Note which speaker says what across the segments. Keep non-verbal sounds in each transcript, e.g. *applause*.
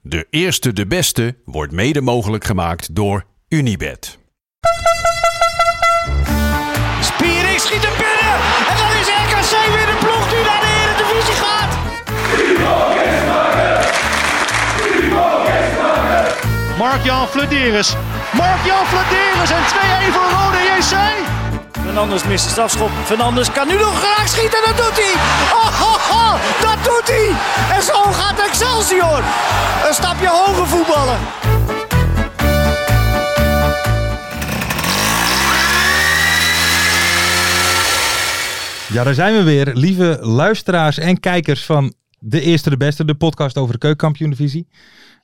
Speaker 1: De eerste, de beste wordt mede mogelijk gemaakt door Unibed.
Speaker 2: Spiering schiet hem binnen. En dan is RKC weer de ploeg die naar de Eredivisie gaat. Mark-Jan Flederis. Mark-Jan Flederis en 2-1 voor Rode JC. Fernandes mist de strafschop. Fernandes kan nu nog graag schieten. Dat doet hij. Oh, oh, oh, dat doet hij. En zo gaat Excelsior. Een stapje hoger voetballen.
Speaker 3: Ja, daar zijn we weer. Lieve luisteraars en kijkers van De Eerste de Beste, de podcast over de keukenkampioen-divisie.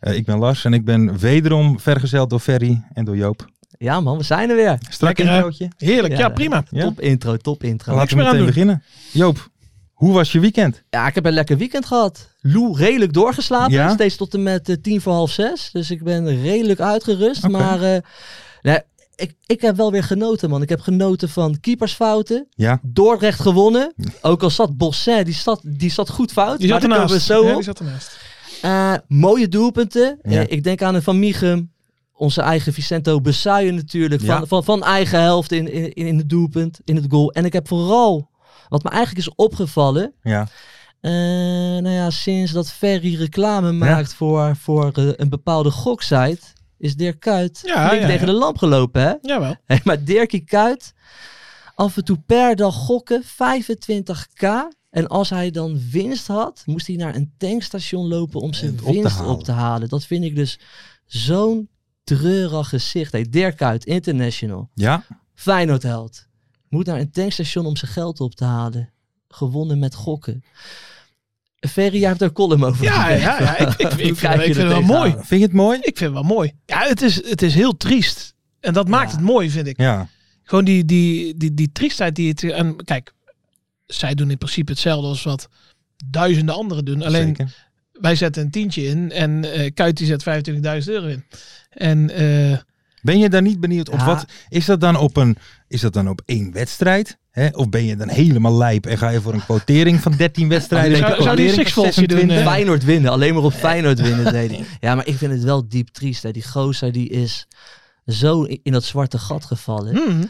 Speaker 3: Eh, ik ben Lars en ik ben wederom vergezeld door Ferry en door Joop.
Speaker 4: Ja man, we zijn er weer.
Speaker 3: Strak
Speaker 5: Lekker, hè?
Speaker 3: introotje.
Speaker 5: Heerlijk, ja,
Speaker 4: Ja.
Speaker 5: prima.
Speaker 3: Ja?
Speaker 4: Top intro, top intro.
Speaker 3: Laten we
Speaker 5: meer aan
Speaker 3: meteen
Speaker 5: doen.
Speaker 3: beginnen. Joop, hoe was je weekend?
Speaker 4: Ja, ik heb een lekker weekend gehad. Lou redelijk doorgeslapen.
Speaker 3: Ja?
Speaker 4: Steeds tot en met eh, tien voor half zes. Dus ik ben redelijk uitgerust.
Speaker 3: Oké.
Speaker 4: Maar eh, nee, ik, ik heb wel weer genoten man. Ik heb genoten van keepersfouten.
Speaker 3: Ja.
Speaker 4: Dordrecht gewonnen. Ook al zat Bosset, die zat, die zat goed fout.
Speaker 5: Die
Speaker 4: maar
Speaker 5: zat
Speaker 4: daar komen
Speaker 5: ernaast.
Speaker 4: we zo
Speaker 5: Ja,
Speaker 4: op.
Speaker 5: die zat ernaast.
Speaker 4: Eh, mooie doelpunten.
Speaker 3: Ja.
Speaker 4: Eh, ik denk aan een Van Michum. Onze eigen Vicento Besuijen natuurlijk. Van,
Speaker 3: Ja.
Speaker 4: van, van eigen helft in, in, in het doelpunt, in het goal. En ik heb vooral, wat me eigenlijk is opgevallen.
Speaker 3: Ja.
Speaker 4: eh, nou ja, sinds dat Ferry reclame maakt voor, voor eh, een bepaalde goksite. Is Dirk Kuyt
Speaker 5: Ja,
Speaker 4: flink
Speaker 5: ja,
Speaker 4: tegen
Speaker 5: ja.
Speaker 4: de lamp gelopen hè?
Speaker 5: Jawel.
Speaker 4: Hé, maar Dirkie Kuyt, af en toe per dag gokken, 25k. En als hij dan winst had, moest hij naar een tankstation lopen om zijn
Speaker 3: het op te
Speaker 4: winst
Speaker 3: halen.
Speaker 4: op te halen. Dat vind ik dus zo'n treurig gezicht. Hey, Dirk Kuyt, international.
Speaker 3: Ja.
Speaker 4: Feyenoordheld. Moet naar een tankstation om zijn geld op te halen. Gewonnen met gokken. Ferry, jij hebt daar een column over. *laughs*
Speaker 5: Ja, ja,
Speaker 4: gemaakt.
Speaker 5: ja. Ik, ik, ik,
Speaker 4: Hoe
Speaker 5: vind,
Speaker 4: kijk je
Speaker 5: ik vind
Speaker 4: er
Speaker 5: het wel
Speaker 4: tegenaan?
Speaker 5: mooi.
Speaker 3: Vind je het mooi?
Speaker 5: Ik vind het wel mooi. Ja, het is, het is heel triest. En dat maakt
Speaker 4: Ja.
Speaker 5: het mooi, vind ik.
Speaker 3: Ja.
Speaker 5: Gewoon die, die, die, die triestheid die het... En kijk, zij doen in principe hetzelfde als wat duizenden anderen doen. Alleen
Speaker 3: Zeker.
Speaker 5: wij zetten een tientje in en eh Kuit die zet 25.000 euro in. En eh,
Speaker 3: Ben je daar niet benieuwd op?
Speaker 4: Ja.
Speaker 3: Wat, is, dat dan op een, is dat dan op één wedstrijd? Hè? Of ben je dan helemaal lijp en ga je voor een quotering van 13 wedstrijden?
Speaker 5: Zou-
Speaker 3: Een
Speaker 5: zou die
Speaker 3: quotering van
Speaker 5: sixfoldje doen,
Speaker 3: 26?
Speaker 5: eh?
Speaker 4: Feyenoord winnen. Alleen maar op Feyenoord winnen deed
Speaker 5: *laughs*
Speaker 4: hij. Ja, maar ik vind het wel diep triest. Hè. Die gozer die is zo i- in dat zwarte gat gevallen.
Speaker 5: hmm,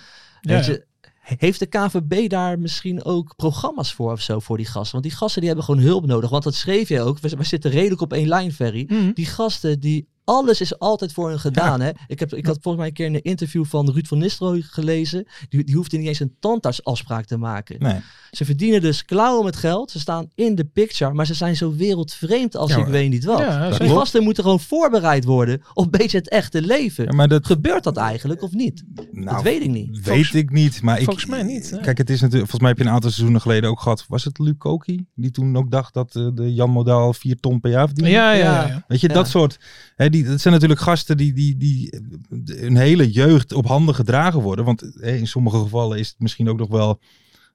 Speaker 4: Weet
Speaker 5: ja.
Speaker 4: je, he- heeft de KVB daar misschien ook programma's voor of zo voor die gasten? Want die gasten die hebben gewoon hulp nodig. Want dat schreef je ook. We, z- we zitten redelijk op één lijn, Ferry.
Speaker 5: Mhm.
Speaker 3: Hm?
Speaker 4: Die gasten die... Alles is altijd voor hun gedaan. Hè? Ik, heb, ik had volgens mij een keer een interview van Ruud van Nistelrooy gelezen. Die, die hoefde niet eens een tandartsafspraak te maken.
Speaker 3: Nee.
Speaker 4: Ze verdienen dus klauwen met geld. Ze staan in de picture, maar ze zijn zo wereldvreemd als
Speaker 3: Ja,
Speaker 4: ik
Speaker 3: maar-
Speaker 4: weet niet wat.
Speaker 5: Ja,
Speaker 4: die
Speaker 5: zeker.
Speaker 4: gasten moeten gewoon voorbereid worden op een beetje het echte leven.
Speaker 3: Ja, maar dat,
Speaker 4: Gebeurt dat eigenlijk of niet?
Speaker 3: nou,
Speaker 4: dat weet ik niet.
Speaker 3: Weet
Speaker 5: Volgens-
Speaker 3: ik niet, maar ik,
Speaker 5: volgens mij niet, hè?
Speaker 3: Kijk, het is natuurlijk, volgens mij heb je een aantal seizoenen geleden ook gehad. Was het Luc Koki die toen ook dacht dat eh, de Jan Modaal 4 ton per jaar verdiende?
Speaker 5: Ja, ja, ja, ja.
Speaker 3: Weet je, dat
Speaker 4: Ja.
Speaker 3: soort. Hè, die, dat zijn natuurlijk gasten die, die, die eh, hun hele jeugd op handen gedragen worden. Want eh, in sommige gevallen is het misschien ook nog wel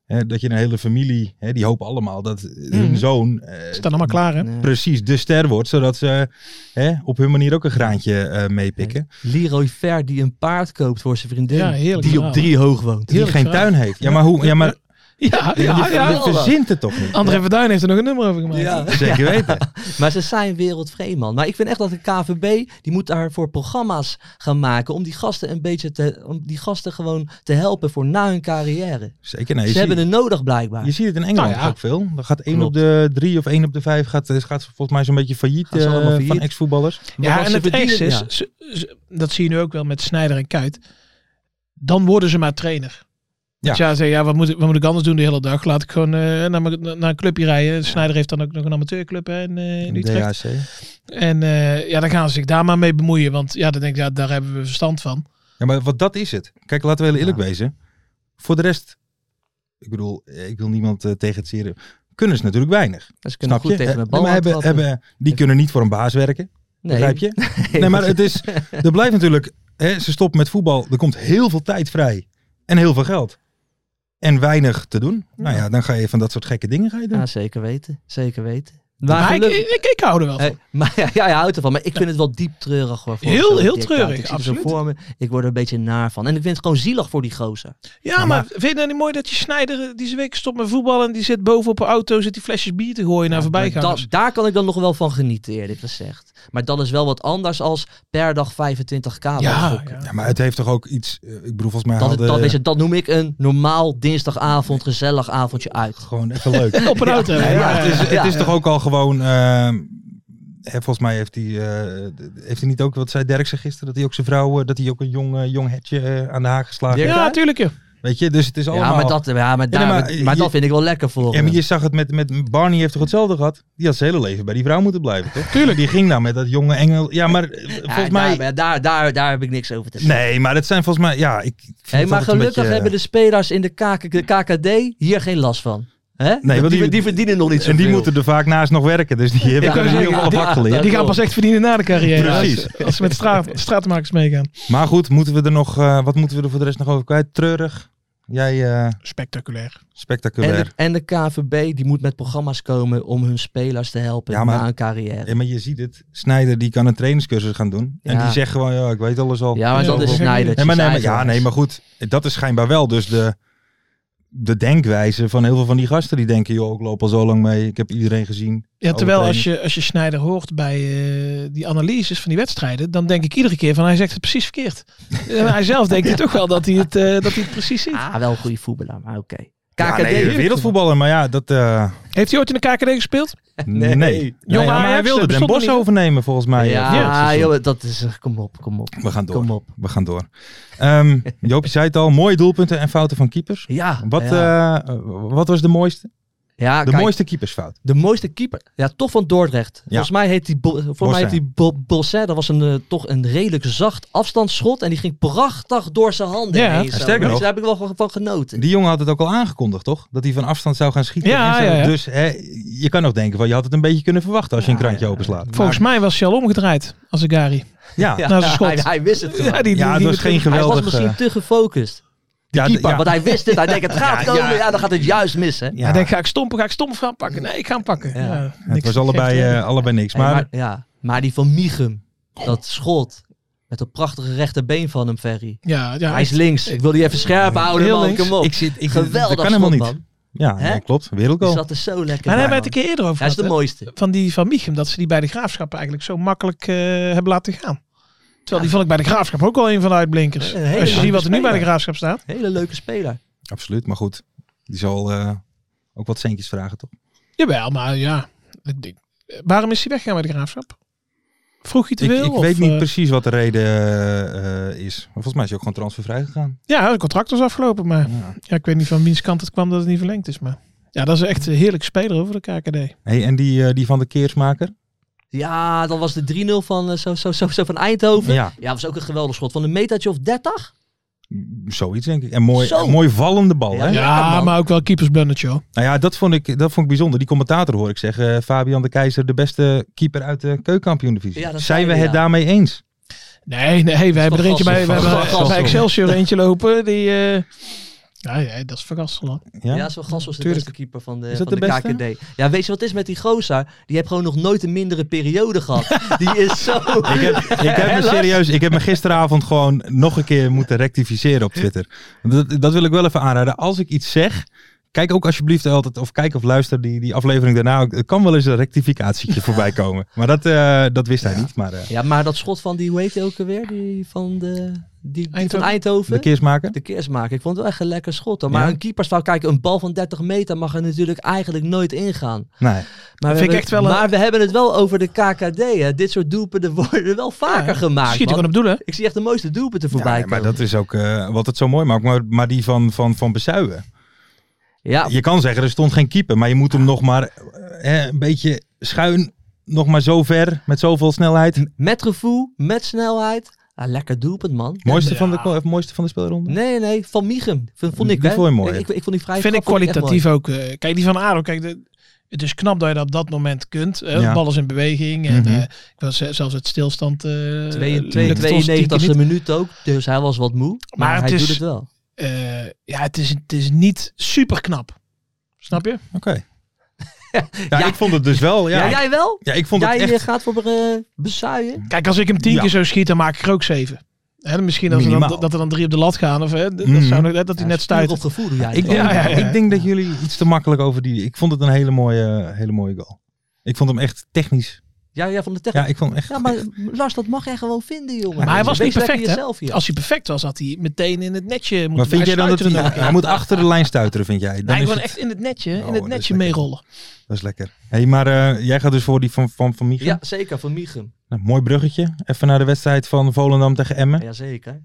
Speaker 3: hè, dat je een hele familie, hè, die hopen allemaal dat hun
Speaker 5: Mhm.
Speaker 3: zoon eh,
Speaker 5: Ze staan allemaal klaar, hè?
Speaker 4: Nee.
Speaker 3: precies de ster wordt. Zodat ze hè, op hun manier ook een graantje eh, meepikken.
Speaker 4: Leroy Ver die een paard koopt voor zijn vriendin.
Speaker 5: Ja, heerlijk
Speaker 4: die op
Speaker 3: Nou.
Speaker 5: verhaal.
Speaker 4: drie hoog woont.
Speaker 3: Die
Speaker 5: Heerlijk
Speaker 3: geen
Speaker 5: verhaal.
Speaker 3: tuin heeft. Ja, maar hoe? Ja, maar
Speaker 5: *laughs* Ja,
Speaker 3: je,
Speaker 5: ja,
Speaker 3: je-
Speaker 5: ja.
Speaker 3: je verzint het toch niet?
Speaker 5: André Verduin heeft er nog een nummer over gemaakt.
Speaker 4: Ja.
Speaker 3: Zeker weten.
Speaker 4: Maar ze zijn wereldvreemd, man. Maar ik vind echt dat de KVB, die moet daarvoor programma's gaan maken om die gasten een beetje te, om die gasten gewoon te helpen voor na hun carrière.
Speaker 3: Zeker. Nee, je,
Speaker 4: Ze hebben
Speaker 3: ziet,
Speaker 4: het nodig blijkbaar.
Speaker 3: je ziet het in Engeland
Speaker 5: Nou ja.
Speaker 3: ook veel. Dan gaat één
Speaker 4: Klopt.
Speaker 3: op de drie of één op de vijf gaat, eh, gaat volgens mij zo'n beetje failliet,
Speaker 4: Gaan ze
Speaker 3: eh,
Speaker 4: allemaal
Speaker 3: van
Speaker 4: failliet?
Speaker 3: ex-voetballers.
Speaker 4: Want
Speaker 5: Ja, en
Speaker 4: ze
Speaker 5: het ergste is,
Speaker 4: verdienen-
Speaker 5: ze- ze- dat zie je nu ook wel met Snijder en Kuit. Dan worden ze maar trainer. Ja, ja, ze, ja wat, moet ik, wat moet ik anders doen de hele dag? Laat ik gewoon eh, naar, mijn- naar een clubje rijden. Snijder heeft dan ook nog een amateurclub hè, in, eh, in Utrecht.
Speaker 3: DHC.
Speaker 5: En eh, ja, dan gaan ze zich daar maar mee bemoeien. Want ja, dan denk ik, ja, daar hebben we verstand van.
Speaker 3: Ja, maar wat dat is het. Kijk, laten we heel eerlijk
Speaker 4: Ja.
Speaker 3: wezen. Voor de rest, ik bedoel, eh, ik wil niemand eh, tegen het zeren. Kunnen ze natuurlijk weinig.
Speaker 4: Ja, ze kunnen
Speaker 3: snap
Speaker 4: goed
Speaker 3: je?
Speaker 4: tegen
Speaker 3: Eh,
Speaker 4: de bal
Speaker 3: maar hebben,
Speaker 4: aantrappen.
Speaker 3: hebben, die kunnen niet voor een baas werken.
Speaker 4: Nee.
Speaker 3: Begrijp je? Nee, maar
Speaker 4: *laughs*
Speaker 3: het is, er blijft natuurlijk, hè, ze stoppen met voetbal, er komt heel veel tijd vrij en heel veel geld. En weinig te doen. Nou ja, dan ga je van dat soort gekke dingen ga je doen.
Speaker 4: Ja, zeker weten. Zeker weten. Maar
Speaker 5: Maar ik,
Speaker 4: gelukkig-
Speaker 5: ik, ik, ik hou er wel
Speaker 4: Hey,
Speaker 5: van.
Speaker 4: maar ja, jij houdt ervan. Maar ik vind het wel diep treurig hoor. voor
Speaker 5: Heel-
Speaker 4: zo'n
Speaker 5: heel
Speaker 4: Dick
Speaker 5: treurig,
Speaker 4: Kuit. Ik zie het zo
Speaker 5: absoluut.
Speaker 4: voor me. Ik word er een beetje naar van. En ik vind het gewoon zielig voor die gozer.
Speaker 5: Ja, maar vind je dat niet mooi dat je Snijder eh, deze week stopt met voetballen en die zit boven op een auto, zit die flesjes bier te gooien naar Dus- voorbijgangers?
Speaker 4: Da- daar kan ik dan nog wel van genieten, eerlijk gezegd. Maar dat is wel wat anders als per dag 25k.
Speaker 5: Ja, ja.
Speaker 3: Ja, maar het heeft toch ook iets... eh, Ik bedoel, volgens mij
Speaker 4: Dat,
Speaker 3: hadden...
Speaker 4: dat, weet je, dat noem ik een normaal dinsdagavond gezellig avondje uit.
Speaker 3: Gewoon even leuk.
Speaker 5: Op een auto.
Speaker 3: Ja,
Speaker 5: ja,
Speaker 3: het is,
Speaker 5: ja.
Speaker 3: het is toch ook al gewoon... ehm, hè, volgens mij heeft hij, eh, heeft hij niet ook, wat zei Derksen gisteren, dat hij ook zijn vrouw, eh, dat hij ook een jong, eh, jong hetje eh, aan de haak geslagen heeft.
Speaker 5: Ja, tuurlijk. joh.
Speaker 3: Weet je, dus het is allemaal...
Speaker 4: Ja, maar dat, ja, maar daar,
Speaker 3: maar
Speaker 4: maar,
Speaker 3: je-
Speaker 4: dat vind ik wel lekker voor.
Speaker 3: Ja,
Speaker 4: hem.
Speaker 3: maar je zag het met, met Barney heeft toch hetzelfde gehad? Die had zijn hele leven bij die vrouw moeten blijven, toch? Tuurlijk. Die ging nou met dat jonge engel. Ja, maar eh,
Speaker 4: Ja,
Speaker 3: volgens mij...
Speaker 4: daar, maar daar, daar, daar heb ik niks over te zeggen.
Speaker 3: Nee, maar dat zijn volgens mij... Ja, ik ik vind
Speaker 4: Hey,
Speaker 3: het altijd
Speaker 4: maar
Speaker 3: een
Speaker 4: gelukkig
Speaker 3: beetje- eh,
Speaker 4: hebben de spelers in de, KK de KKD hier geen last van. Hè?
Speaker 3: want
Speaker 4: die,
Speaker 3: die-
Speaker 4: die verdienen nog niet
Speaker 3: En
Speaker 4: zoveel.
Speaker 3: die moeten er vaak naast nog werken, dus die hebben
Speaker 4: Ik kan
Speaker 3: er niet
Speaker 4: zeggen,
Speaker 3: op
Speaker 4: ja, die-
Speaker 3: afhak geleerd.
Speaker 5: Die gaan pas echt verdienen na de carrière.
Speaker 3: Precies.
Speaker 5: Als, als ze met straat, straatmakers meegaan.
Speaker 3: Maar goed, moeten we er nog, eh, wat moeten we er voor de rest nog over kwijt? Treurig. Jij eh,
Speaker 5: Spectaculair.
Speaker 4: en,
Speaker 3: spectaculair.
Speaker 4: de, en de KVB die moet met programma's komen om hun spelers te helpen
Speaker 3: Ja, maar-
Speaker 4: na een carrière.
Speaker 3: Ja, maar je ziet het, Snijder die kan een trainingscursus gaan doen. En
Speaker 4: Ja.
Speaker 3: die zegt gewoon, ja, ik weet alles al.
Speaker 4: Ja, maar
Speaker 5: Ja,
Speaker 4: dat is
Speaker 5: dat-
Speaker 4: Sneijder.
Speaker 3: nee, maar, nee, maar, ja, nee, maar goed, dat is schijnbaar wel dus de, de denkwijze van heel veel van die gasten. Die denken, joh, ik loop al zo lang mee, ik heb iedereen gezien.
Speaker 5: Ja, terwijl als
Speaker 3: Overtraining.
Speaker 5: je, als je Snijder hoort bij eh, die analyses van die wedstrijden, dan denk ik iedere keer van hij zegt het precies
Speaker 4: *laughs*
Speaker 5: verkeerd. en hij zelf denkt hij toch wel dat hij het, eh, dat hij het precies ziet.
Speaker 4: Ah, wel een goede voetballer, maar oké.
Speaker 3: Ja,
Speaker 4: KKD.
Speaker 3: nee, wereldvoetballer, maar ja, dat... eh,
Speaker 5: Heeft hij ooit in de KKD gespeeld?
Speaker 3: nee.
Speaker 4: *laughs* Nee. eh,
Speaker 3: Nee, maar hij
Speaker 5: Ajax,
Speaker 3: wilde
Speaker 5: dat
Speaker 3: Den
Speaker 5: bestond
Speaker 3: Bos
Speaker 5: nog niet.
Speaker 3: overnemen volgens mij. eh,
Speaker 4: ja,
Speaker 3: vorig seizoen.
Speaker 4: joh, dat is... eh, Kom op, kom op.
Speaker 3: We gaan door.
Speaker 4: Kom op.
Speaker 3: We gaan door. Ehm, *laughs* Joopje zei het al, mooie doelpunten en fouten van keepers.
Speaker 4: Ja,
Speaker 3: Wat,
Speaker 4: ja.
Speaker 3: eh, wat was de mooiste?
Speaker 4: ja,
Speaker 3: De
Speaker 4: kijk,
Speaker 3: mooiste keepersfout.
Speaker 4: De mooiste keeper. Ja, toch van Dordrecht. Volgens mij heet die, Bo- volgens mij heet die Bo- Bosset. Dat was een, eh, toch een redelijk zacht afstandsschot. En die ging prachtig door zijn handen
Speaker 5: Ja.
Speaker 4: heen. zo.
Speaker 3: Sterker
Speaker 4: Dus
Speaker 3: nog-
Speaker 4: daar heb ik wel van- van genoten.
Speaker 3: Die jongen had het ook al aangekondigd, toch? Dat hij van afstand zou gaan schieten.
Speaker 5: Ja,
Speaker 3: en zo.
Speaker 5: ja, ja.
Speaker 3: Dus hè, je kan nog denken, van, je had het een beetje kunnen verwachten als je een krantje openslaat.
Speaker 5: Volgens mij was hij al omgedraaid als een Gary.
Speaker 4: *laughs*
Speaker 3: Ja, ja,
Speaker 5: Nou, zijn schot.
Speaker 4: hij, hij wist het gewoon.
Speaker 5: Ja, die-
Speaker 3: het was geen
Speaker 4: hij was
Speaker 3: geweldige...
Speaker 4: misschien te gefocust.
Speaker 3: eh. ja, d- *laughs*
Speaker 4: Keeper,
Speaker 3: ja.
Speaker 4: Want hij wist het. Hij denkt, het gaat komen. Ja. dan gaat het juist missen.
Speaker 3: Ja,
Speaker 5: Hij denkt, ga ik stompen, ga ik stompen gaan pakken? Nee, ik ga hem pakken.
Speaker 4: Ja.
Speaker 5: Ja.
Speaker 3: het
Speaker 5: niks
Speaker 3: was allebei,
Speaker 5: geks,
Speaker 3: eh,
Speaker 5: hè.
Speaker 3: allebei niks.
Speaker 4: Hey,
Speaker 3: Maar,
Speaker 4: maar, ja. maar die van Michum. Dat schot. Met dat prachtige rechterbeen van hem, Ferry.
Speaker 5: ja, ja,
Speaker 4: Hij is links. Ik wil die even scherp houden,
Speaker 5: Heel
Speaker 4: man.
Speaker 5: links.
Speaker 4: Kom op.
Speaker 3: ik zit, ik,
Speaker 4: Geweldig
Speaker 3: dat kan helemaal
Speaker 4: schot,
Speaker 3: niet.
Speaker 4: man.
Speaker 3: Ja,
Speaker 4: Hè?
Speaker 3: ja, klopt.
Speaker 4: Die
Speaker 3: Wereldgoal.
Speaker 4: zat er zo lekker
Speaker 5: Maar daar
Speaker 4: bij,
Speaker 5: hebben we het een
Speaker 4: man.
Speaker 5: keer eerder over
Speaker 4: Hij is
Speaker 5: gehad.
Speaker 4: de
Speaker 5: hè?
Speaker 4: mooiste.
Speaker 5: van die van Michum, dat ze die bij de graafschap eigenlijk zo makkelijk eh, hebben laten gaan. Terwijl die vond ik bij de graafschap ook al een van de uitblinkers.
Speaker 4: Een hele
Speaker 5: Als je ziet wat er nu bij de
Speaker 4: speler.
Speaker 5: graafschap staat.
Speaker 4: Hele leuke speler.
Speaker 3: Absoluut, maar goed. Die zal eh, ook wat centjes vragen, toch?
Speaker 5: Jawel, maar ja. ik denk- Waarom is hij weggegaan bij de graafschap? Vroeg hij te
Speaker 3: Ik,
Speaker 5: veel?
Speaker 3: ik
Speaker 5: of,
Speaker 3: weet niet
Speaker 5: eh,
Speaker 3: precies wat de reden eh, eh, is. Maar volgens mij is hij ook gewoon transfervrij gegaan.
Speaker 5: Ja, het contract was afgelopen, maar
Speaker 3: Ja.
Speaker 5: ja, ik weet niet van wiens kant het kwam dat het niet verlengd is. Maar ja, dat is echt een heerlijk speler over de KKD.
Speaker 3: Hey, en die, eh, die van de Keersmaker?
Speaker 4: Ja, dat was de 3-0 van, eh, zo, zo, zo, zo van Eindhoven. Ja.
Speaker 3: Ja,
Speaker 4: dat was ook een geweldig schot. Van een metertje of 30.
Speaker 3: m, zoiets denk ik. En mooi,
Speaker 4: Zo.
Speaker 3: een mooi vallende bal.
Speaker 4: Ja.
Speaker 3: Hè?
Speaker 4: lekker,
Speaker 5: Ja,
Speaker 4: man.
Speaker 5: maar ook wel keepersblundertje hoor.
Speaker 3: Nou ja, dat vond, ik, dat vond ik bijzonder. Die commentator hoor ik zeggen. eh, Fabian de Keizer, de beste keeper uit de keukenkampioen-divisie.
Speaker 4: Ja, dat
Speaker 3: Zijn
Speaker 4: zei
Speaker 3: we
Speaker 4: hij,
Speaker 3: het
Speaker 4: ja.
Speaker 3: daarmee eens?
Speaker 5: Nee, nee, we hebben er eentje bij, we
Speaker 4: Van
Speaker 5: hebben
Speaker 4: Gassel.
Speaker 5: bij Excelsior eentje lopen. Die, eh, ja, ja, dat is verrassend. hoor.
Speaker 3: Ja?
Speaker 4: Ja, zo Gas was de
Speaker 3: Tuurlijk.
Speaker 4: beste keeper van de,
Speaker 3: Is dat
Speaker 4: van de,
Speaker 3: de beste?
Speaker 4: KKD. Ja, weet je wat het is met die gozer? Die heeft gewoon nog nooit een mindere periode *laughs* gehad. die is zo...
Speaker 3: Ik heb, ik,
Speaker 4: *laughs*
Speaker 3: heb me
Speaker 4: Helaas.
Speaker 3: serieus, ik heb me gisteravond gewoon nog een keer moeten rectificeren op Twitter. Dat, dat wil ik wel even aanraden. Als ik iets zeg, kijk ook alsjeblieft altijd, of kijk of luister die, die aflevering daarna. ook. Er kan wel eens een rectificatietje voorbij komen. Maar dat, eh, dat wist hij niet. Maar eh,
Speaker 4: Ja, maar dat schot van die, hoe heet die ook alweer? Die van, de, die, die van
Speaker 5: Eindhoven.
Speaker 4: Eindhoven.
Speaker 3: de keersmaker?
Speaker 4: De keersmaker. Ik vond het wel echt een lekker schot. hoor. Maar
Speaker 3: Ja.
Speaker 4: een keepersfout, kijk, een bal van 30 meter mag er natuurlijk eigenlijk nooit ingaan.
Speaker 3: Nee.
Speaker 4: Maar, we
Speaker 5: Vind
Speaker 4: hebben,
Speaker 5: ik echt wel een-
Speaker 4: maar we hebben het wel over de KKD. Hè. Dit soort doelpunten worden wel vaker gemaakt.
Speaker 5: Schiet
Speaker 4: Ah, man.
Speaker 5: gewoon op doelen.
Speaker 4: Ik zie echt de mooiste doelpunten voorbij
Speaker 3: Ja, maar
Speaker 4: komen.
Speaker 3: dat is ook eh, wat het zo mooi maakt. Maar, maar die van, van, van Bezuijen.
Speaker 4: Ja,
Speaker 3: Je kan zeggen, er stond geen keeper. Maar je moet hem nog maar eh, een beetje schuin, nog maar zo ver, met zoveel snelheid.
Speaker 4: met gevoel, met snelheid. Ah, lekker doelpunt, man.
Speaker 3: Mooiste, van, de, of mooiste van de speelronde?
Speaker 4: Nee, nee, van Michum. V- Vond ik,
Speaker 3: Die
Speaker 4: hè.
Speaker 3: vond je mooi.
Speaker 4: Ik, ik vond die vrij
Speaker 5: vind ik
Speaker 4: vond echt
Speaker 5: kwalitatief ook. eh, kijk, die van Aro, kijk, de, het is knap dat je dat op dat moment kunt. eh,
Speaker 3: Ja.
Speaker 5: Bal is in beweging. En,
Speaker 3: Mhm.
Speaker 5: eh, ik was eh, zelfs uit stilstand. eh,
Speaker 4: mooi.
Speaker 5: lukt
Speaker 4: Twee-
Speaker 5: het ons tien keer
Speaker 4: 92
Speaker 5: niet.
Speaker 4: minuut ook, dus hij was wat moe. Maar,
Speaker 5: Maar het
Speaker 4: hij
Speaker 5: is-
Speaker 4: doet het wel.
Speaker 5: Eh, ja, het is, het is niet super knap. Snap je?
Speaker 3: Oké. Ja, ik vond het dus wel. Ja,
Speaker 4: Ja,
Speaker 3: ja,
Speaker 4: jij wel?
Speaker 3: ik vond
Speaker 4: jij
Speaker 3: het
Speaker 4: eh,
Speaker 3: echt
Speaker 4: gaat voor eh, bezuien?
Speaker 5: Kijk, als ik hem tien
Speaker 3: Ja.
Speaker 5: keer zo schiet, dan maak ik er ook zeven. Hè, dan misschien als er
Speaker 3: Minimaal.
Speaker 5: dan, dat er dan drie op de lat gaan. Of, hè, d- dat,
Speaker 3: Mhm.
Speaker 5: zou nog- hè, dat hij net stuit.
Speaker 4: Op gevoel doe jij
Speaker 3: Ik
Speaker 4: het
Speaker 3: denk,
Speaker 4: wel.
Speaker 5: Ja, ja, ja.
Speaker 3: ik denk dat jullie iets te makkelijk over die. Ik vond het een hele mooie, hele mooie goal. Ik vond hem echt technisch.
Speaker 4: Ja, ja, van de techniek.
Speaker 3: Ja, ik vond hem echt.
Speaker 4: Ja, maar Lars, dat mag jij gewoon vinden, jongen.
Speaker 5: Maar hij was
Speaker 4: Wees
Speaker 5: niet
Speaker 4: lekker
Speaker 5: perfect, hè?
Speaker 4: jezelf hier.
Speaker 5: Als hij perfect was, had hij meteen in het netje moeten
Speaker 3: Maar vind jij
Speaker 5: hij
Speaker 3: dan dat hij,
Speaker 5: stuitte hem ook.
Speaker 3: hij moet achter de lijn stuiteren, vind jij? Dan
Speaker 5: Nee,
Speaker 3: is
Speaker 5: gewoon
Speaker 3: het-
Speaker 5: echt in het netje,
Speaker 3: Oh,
Speaker 5: in
Speaker 3: dat
Speaker 5: het
Speaker 3: is lekker.
Speaker 5: netje meerollen.
Speaker 3: Dat is lekker. hey, maar eh, jij gaat dus voor die van, van, van Michiel.
Speaker 4: Ja, zeker, van Michem.
Speaker 3: Nou, mooi bruggetje. Even naar de wedstrijd van Volendam tegen Emmen.
Speaker 4: Ja, zeker.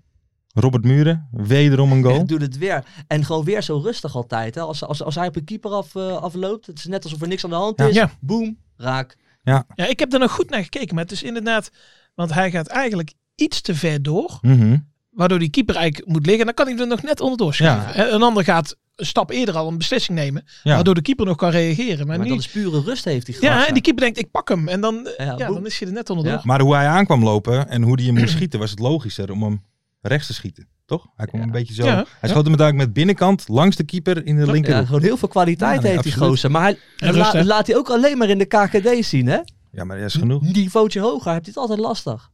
Speaker 3: Robert Muren, wederom een
Speaker 4: Hij
Speaker 3: goal.
Speaker 4: doet het weer. En gewoon weer zo rustig altijd. Hè. Als, als, als hij op een keeper af, eh, afloopt, het is net alsof er niks aan de hand
Speaker 3: Ja.
Speaker 4: is.
Speaker 5: Ja.
Speaker 4: Boom, raak.
Speaker 5: Ja, ik heb er nog goed naar gekeken, maar het is inderdaad... Want hij gaat eigenlijk iets te ver door,
Speaker 3: Mhm.
Speaker 5: waardoor die keeper eigenlijk moet liggen. Dan kan hij er nog net onderdoor schuiven.
Speaker 3: Ja.
Speaker 5: Hè, Een ander gaat een stap eerder al een beslissing nemen,
Speaker 3: Ja.
Speaker 5: waardoor de keeper nog kan reageren. Maar,
Speaker 4: Maar dat
Speaker 5: niet...
Speaker 4: is pure rust heeft hij
Speaker 5: Ja,
Speaker 4: gehad.
Speaker 5: en die keeper denkt, ik pak hem. En dan, eh,
Speaker 4: Ja,
Speaker 5: ja,
Speaker 4: boem.
Speaker 5: dan is hij er net onderdoor.
Speaker 4: Ja.
Speaker 3: Maar hoe hij aankwam lopen en hoe hij hem moest *clears throat* schieten, was het logischer om hem rechts te schieten. Toch? Hij kwam
Speaker 4: Ja.
Speaker 3: een beetje zo.
Speaker 5: Ja.
Speaker 3: Hij schoot hem uiteindelijk met binnenkant langs de keeper in de linkerhoek.
Speaker 4: Ja, gewoon heel veel kwaliteit
Speaker 3: Ja, nee,
Speaker 4: heeft die
Speaker 3: absoluut.
Speaker 4: gozer. Maar hij
Speaker 5: En
Speaker 4: la-
Speaker 5: rust, hè?
Speaker 4: laat hij ook alleen maar in de KKD zien, hè?
Speaker 3: Ja, maar dat is genoeg.
Speaker 4: Niveautje hoger, heeft hij het altijd lastig.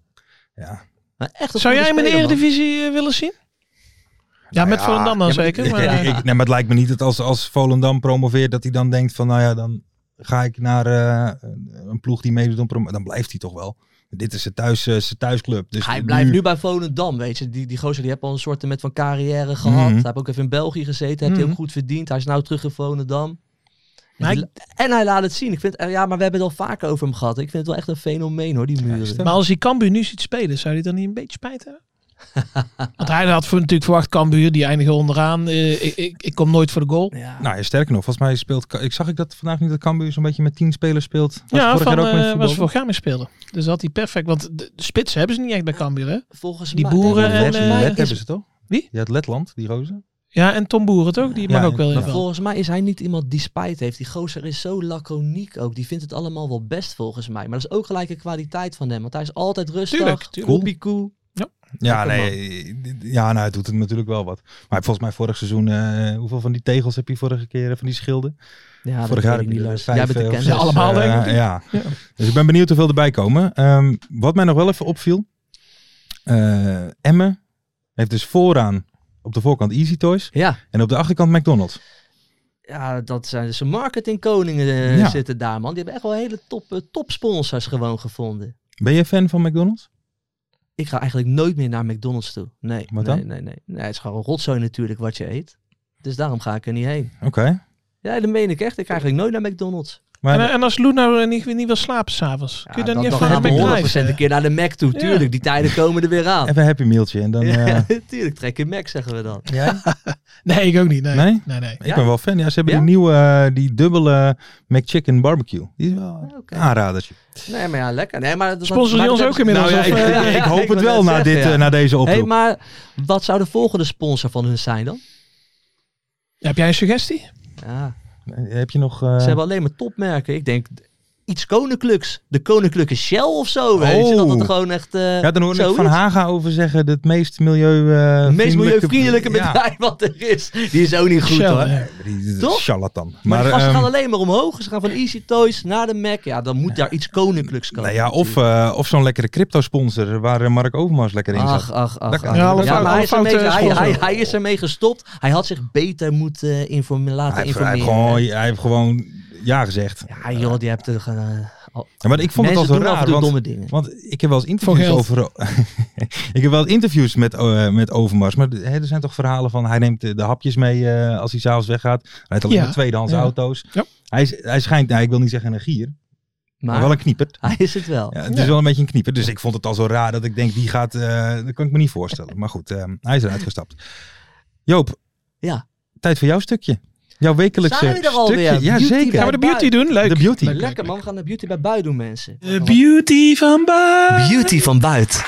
Speaker 3: Ja.
Speaker 4: Maar echt een
Speaker 5: Zou
Speaker 4: goede
Speaker 5: jij hem in de
Speaker 4: speler, man.
Speaker 5: Eredivisie eh, willen zien? Ja, met
Speaker 3: ja,
Speaker 5: Volendam dan
Speaker 4: Nou ja, maar
Speaker 5: zeker.
Speaker 3: Ik,
Speaker 5: Maar,
Speaker 4: *laughs*
Speaker 3: ik, ik- nee, maar het lijkt me niet dat als, als Volendam promoveert, dat hij dan denkt van, nou ja, dan ga ik naar eh, een ploeg die meedoet om promo- Dan blijft hij toch wel. Dit is zijn, thuis, eh, zijn thuisclub. Dus
Speaker 4: Hij blijft nu bij Volendam, weet je. Die, die gozer die heeft al een soort met van carrière gehad.
Speaker 3: Mhm.
Speaker 4: Hij heeft ook even in België gezeten. Heeft hij
Speaker 5: Mhm.
Speaker 4: ook goed verdiend. Hij is nou terug in Volendam. En,
Speaker 5: Maar
Speaker 4: die- en hij laat het zien. Ik vind, eh, ja, maar we hebben het al vaker over hem gehad. Ik vind het wel echt een fenomeen hoor, die muren.
Speaker 5: maar als hij Cambuur nu ziet spelen, zou hij dan niet een beetje
Speaker 4: *laughs*
Speaker 5: spijt hebben? Want hij had voor, natuurlijk verwacht Cambuur, die eindigen onderaan. Eh, ik, ik, ik kom nooit voor de goal.
Speaker 4: ja.
Speaker 3: Nou ja, sterker nog, volgens mij speelt... Ka- Ik zag ik dat vandaag niet dat Cambuur zo'n beetje met tien spelers speelt. Was
Speaker 5: ja,
Speaker 3: vorig
Speaker 5: van,
Speaker 3: jaar
Speaker 5: eh,
Speaker 3: met
Speaker 5: waar
Speaker 3: voetbal,
Speaker 5: ze
Speaker 3: toch?
Speaker 5: voor Gamer speelden. Dus dat hij perfect. Want de, de spitsen hebben ze niet echt bij Cambuur, hè?
Speaker 4: volgens
Speaker 5: die
Speaker 4: mij,
Speaker 5: boeren
Speaker 4: eh,
Speaker 5: en,
Speaker 4: volgens
Speaker 5: eh,
Speaker 4: mij
Speaker 3: Let
Speaker 4: is-
Speaker 3: hebben ze toch?
Speaker 5: Wie?
Speaker 3: Ja, het Letland, die rozen.
Speaker 5: Ja, en Tom Boeren toch? Die
Speaker 3: Ja,
Speaker 5: mag ook wel
Speaker 3: maar
Speaker 5: in.
Speaker 4: Maar volgens mij is hij niet iemand die spijt heeft. Die gozer is zo laconiek ook. Die vindt het allemaal wel best volgens mij. Maar dat is ook gelijk een kwaliteit van hem. Want hij is altijd rustig.
Speaker 5: Tuurlijk, tuurlijk.
Speaker 4: hoepiekoe.
Speaker 3: Ja,
Speaker 4: Lekker
Speaker 3: nee, d- d- ja, nou, het doet het natuurlijk wel wat. Maar volgens mij vorig seizoen, eh, hoeveel van die tegels heb je vorige keer, eh, van die schilden?
Speaker 4: Ja,
Speaker 3: vorig jaar
Speaker 4: dat weet ik
Speaker 3: heb
Speaker 4: niet,
Speaker 3: je er
Speaker 4: Lars.
Speaker 3: vijf,
Speaker 4: Jij bent de
Speaker 3: eh, of
Speaker 4: kenner.
Speaker 3: zes,
Speaker 5: zes. allemaal,
Speaker 3: eh,
Speaker 5: denk ik.
Speaker 3: Ja.
Speaker 5: Ja.
Speaker 3: Dus ik ben benieuwd hoeveel erbij komen. Ehm, wat mij nog wel even opviel, eh Emmen heeft dus vooraan op de voorkant Easy Toys
Speaker 4: Ja,
Speaker 3: en op de achterkant McDonald's.
Speaker 4: ja, dat zijn dus marketingkoningen eh,
Speaker 3: Ja.
Speaker 4: zitten daar, man. Die hebben echt wel hele top, eh, topsponsors gewoon gevonden.
Speaker 3: Ben je fan van McDonald's?
Speaker 4: Ik ga eigenlijk nooit meer naar McDonald's toe. Nee,
Speaker 3: Wat
Speaker 4: nee,
Speaker 3: dan?
Speaker 4: nee, nee. Nee, het is gewoon rotzooi natuurlijk wat je eet. Dus daarom ga ik er niet heen.
Speaker 3: Oké.
Speaker 4: Ja, dat meen ik echt. Ik ga eigenlijk nooit naar McDonald's.
Speaker 3: Maar
Speaker 5: En, en als Lou nou eh, niet, niet wil slapen s'avonds,
Speaker 4: Ja,
Speaker 5: kun je dan, niet
Speaker 4: dan
Speaker 5: even naar
Speaker 4: gaan we
Speaker 5: McDrive?
Speaker 4: 100% een keer naar de Mac toe.
Speaker 5: Ja.
Speaker 4: Tuurlijk, die tijden komen er weer
Speaker 5: *laughs*
Speaker 4: aan.
Speaker 3: even een happy mealtje en dan... eh,
Speaker 4: *laughs* Ja, tuurlijk, trek in Mac zeggen we dan.
Speaker 3: jij?
Speaker 5: Nee, ik ook niet. Nee,
Speaker 3: Nee?
Speaker 5: nee. nee,
Speaker 3: Ik
Speaker 4: Ja?
Speaker 3: ben wel fan. Ja, ze hebben
Speaker 4: Ja?
Speaker 3: die nieuwe, eh, die dubbele McChicken barbecue. Die is wel een
Speaker 4: Ah, Oké.
Speaker 3: aanradertje.
Speaker 4: Nee, maar ja, lekker. Nee, maar dat,
Speaker 5: Sponsor
Speaker 4: maar
Speaker 5: je ons
Speaker 4: dat
Speaker 5: ook
Speaker 4: hebben
Speaker 5: inmiddels?
Speaker 4: ze-
Speaker 5: Nou ja,
Speaker 4: of,
Speaker 5: ik-
Speaker 4: eh,
Speaker 3: *laughs*
Speaker 5: ik
Speaker 4: ja,
Speaker 3: hoop het
Speaker 4: wou
Speaker 3: wel
Speaker 4: net
Speaker 3: na, dit,
Speaker 4: zeggen,
Speaker 3: eh,
Speaker 4: ja.
Speaker 3: na deze oproep.
Speaker 4: hey, maar wat zou de volgende sponsor van hun zijn dan?
Speaker 5: Heb jij een suggestie?
Speaker 4: Ja,
Speaker 3: Eh, Heb je nog... eh,
Speaker 4: Ze hebben alleen maar topmerken. Ik denk iets koninklijks. De koninklijke Shell of zo. Weet je? Dat
Speaker 3: Oh.
Speaker 4: het gewoon echt. eh,
Speaker 3: ja, dan hoorde ik
Speaker 4: zoiets.
Speaker 3: Van Haga over zeggen dat het meest milieu... eh,
Speaker 4: Het meest milieuvriendelijke
Speaker 3: ja.
Speaker 4: *laughs* bedrijf wat er is. Die is ook niet goed
Speaker 5: Shell,
Speaker 4: hoor.
Speaker 5: ja.
Speaker 3: Die-
Speaker 4: Toch?
Speaker 3: Charlatan. Maar,
Speaker 4: Maar, die gasten
Speaker 3: ehm,
Speaker 4: gaan alleen maar omhoog. Ze gaan van Easy Toys naar de Mac. Ja, dan moet daar iets koninklijks komen.
Speaker 3: nou ja, of, eh, of zo'n lekkere crypto-sponsor waar eh, Mark Overmars lekker in zat.
Speaker 4: Ach, ach,
Speaker 3: Dat
Speaker 4: ach.
Speaker 3: kan
Speaker 4: ach.
Speaker 3: natuurlijk
Speaker 5: Ja, alle
Speaker 4: Ja, maar
Speaker 5: fout-
Speaker 4: hij
Speaker 5: alle
Speaker 4: is, ermee,
Speaker 5: fouten
Speaker 4: hij, hij,
Speaker 5: sponsoren.
Speaker 4: hij is ermee gestopt. Hij had zich beter moeten informeren, laten
Speaker 3: Hij heeft, hij, heeft
Speaker 4: informeren.
Speaker 3: gewoon, hij heeft gewoon ja gezegd.
Speaker 4: Ja, joh, die hebt er. eh, al-
Speaker 3: Ja, maar ik vond
Speaker 4: Mensen
Speaker 3: het al zo
Speaker 4: doen af en
Speaker 3: raar.
Speaker 4: toe
Speaker 3: Want,
Speaker 4: domme dingen.
Speaker 3: want ik heb wel eens interviews
Speaker 5: Voor
Speaker 3: over. *laughs* ik heb wel eens interviews met, eh, met Overmars. Maar hè, er zijn toch verhalen van hij neemt de, de hapjes mee eh, als hij s'avonds weggaat. Hij rijdt alleen
Speaker 5: Ja.
Speaker 3: maar tweedehands
Speaker 5: Ja.
Speaker 3: auto's.
Speaker 5: Ja.
Speaker 3: Hij, is- hij schijnt, nou, ik wil niet zeggen een gier, maar,
Speaker 4: Maar
Speaker 3: wel een knieper.
Speaker 4: hij is het wel.
Speaker 3: Ja, het is wel een beetje een knieper. Dus ik vond het al zo raar dat ik denk, wie gaat. eh, dat kan ik me niet voorstellen. Maar goed, eh, hij is eruit gestapt. Joop,
Speaker 4: Ja.
Speaker 3: tijd voor jouw stukje. Jouw wekelijkse
Speaker 4: Zijn we er
Speaker 3: stukje.
Speaker 4: alweer?
Speaker 3: Ja,
Speaker 4: Beauty
Speaker 3: zeker.
Speaker 5: Gaan we de beauty doen? Leuk.
Speaker 3: De beauty.
Speaker 5: Leuk, leuk,
Speaker 4: Lekker man, we gaan naar beauty bij bui doen mensen.
Speaker 5: De beauty van Baar.
Speaker 4: Beauty van buiten.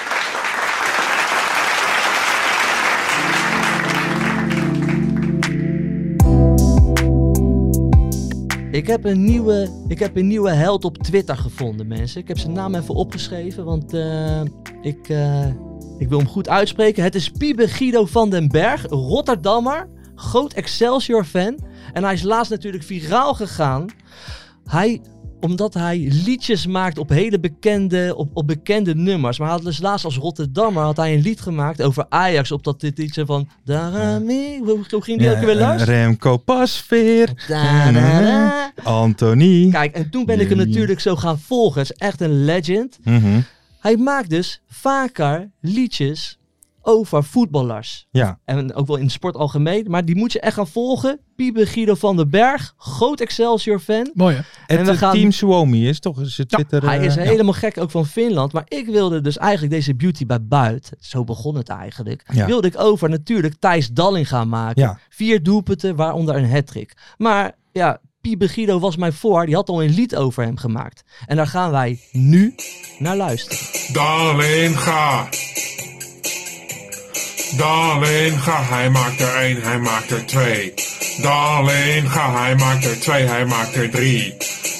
Speaker 4: Ik heb, een nieuwe, ik heb een nieuwe held op Twitter gevonden, mensen. Ik heb zijn naam even opgeschreven, want eh, ik, eh, ik wil hem goed uitspreken. Het is Piebe Guido van den Berg, Rotterdammer, groot Excelsior-fan. En hij is laatst natuurlijk viraal gegaan Hij, omdat hij liedjes maakt op hele bekende, op, op bekende nummers. Maar hij had dus laatst als Rotterdammer had hij een lied gemaakt over Ajax. Op dat dit liedje van... Daarmee, hoe, hoe ging die ook weer
Speaker 3: Ja,
Speaker 4: luisteren?
Speaker 3: Eh, Remco Pasveer,
Speaker 4: Da, da, da.
Speaker 3: Anthony.
Speaker 4: Kijk, en toen ben ik hem
Speaker 3: Jee.
Speaker 4: natuurlijk zo gaan volgen. Het is echt een legend.
Speaker 3: Mhm.
Speaker 4: Hij maakt dus vaker liedjes over voetballers.
Speaker 3: Ja,
Speaker 4: En ook wel in de sport algemeen. Maar die moet je echt gaan volgen. Piebe Guido van den Berg. Groot Excelsior fan.
Speaker 5: Mooi hè?
Speaker 3: het
Speaker 4: En we
Speaker 3: eh,
Speaker 4: gaan-
Speaker 3: team Suomi is toch is het
Speaker 5: Ja,
Speaker 3: Twitter.
Speaker 4: Hij
Speaker 3: eh,
Speaker 4: is
Speaker 3: ja.
Speaker 4: helemaal gek ook van Finland. Maar ik wilde dus eigenlijk deze beauty bij buiten. Zo begon het eigenlijk.
Speaker 3: Ja.
Speaker 4: Wilde ik over natuurlijk Thijs Dalling gaan maken.
Speaker 3: Ja.
Speaker 4: Vier doelpunten, waaronder een hat-trick. Maar ja, Piebe Guido was mij voor. Die had al een lied over hem gemaakt. En daar gaan wij nu naar luisteren.
Speaker 6: Daarleen ga. Daarleen ga, hij maakt er één, hij maakt er twee. Daarleen ga, hij maakt er twee, hij maakt er drie.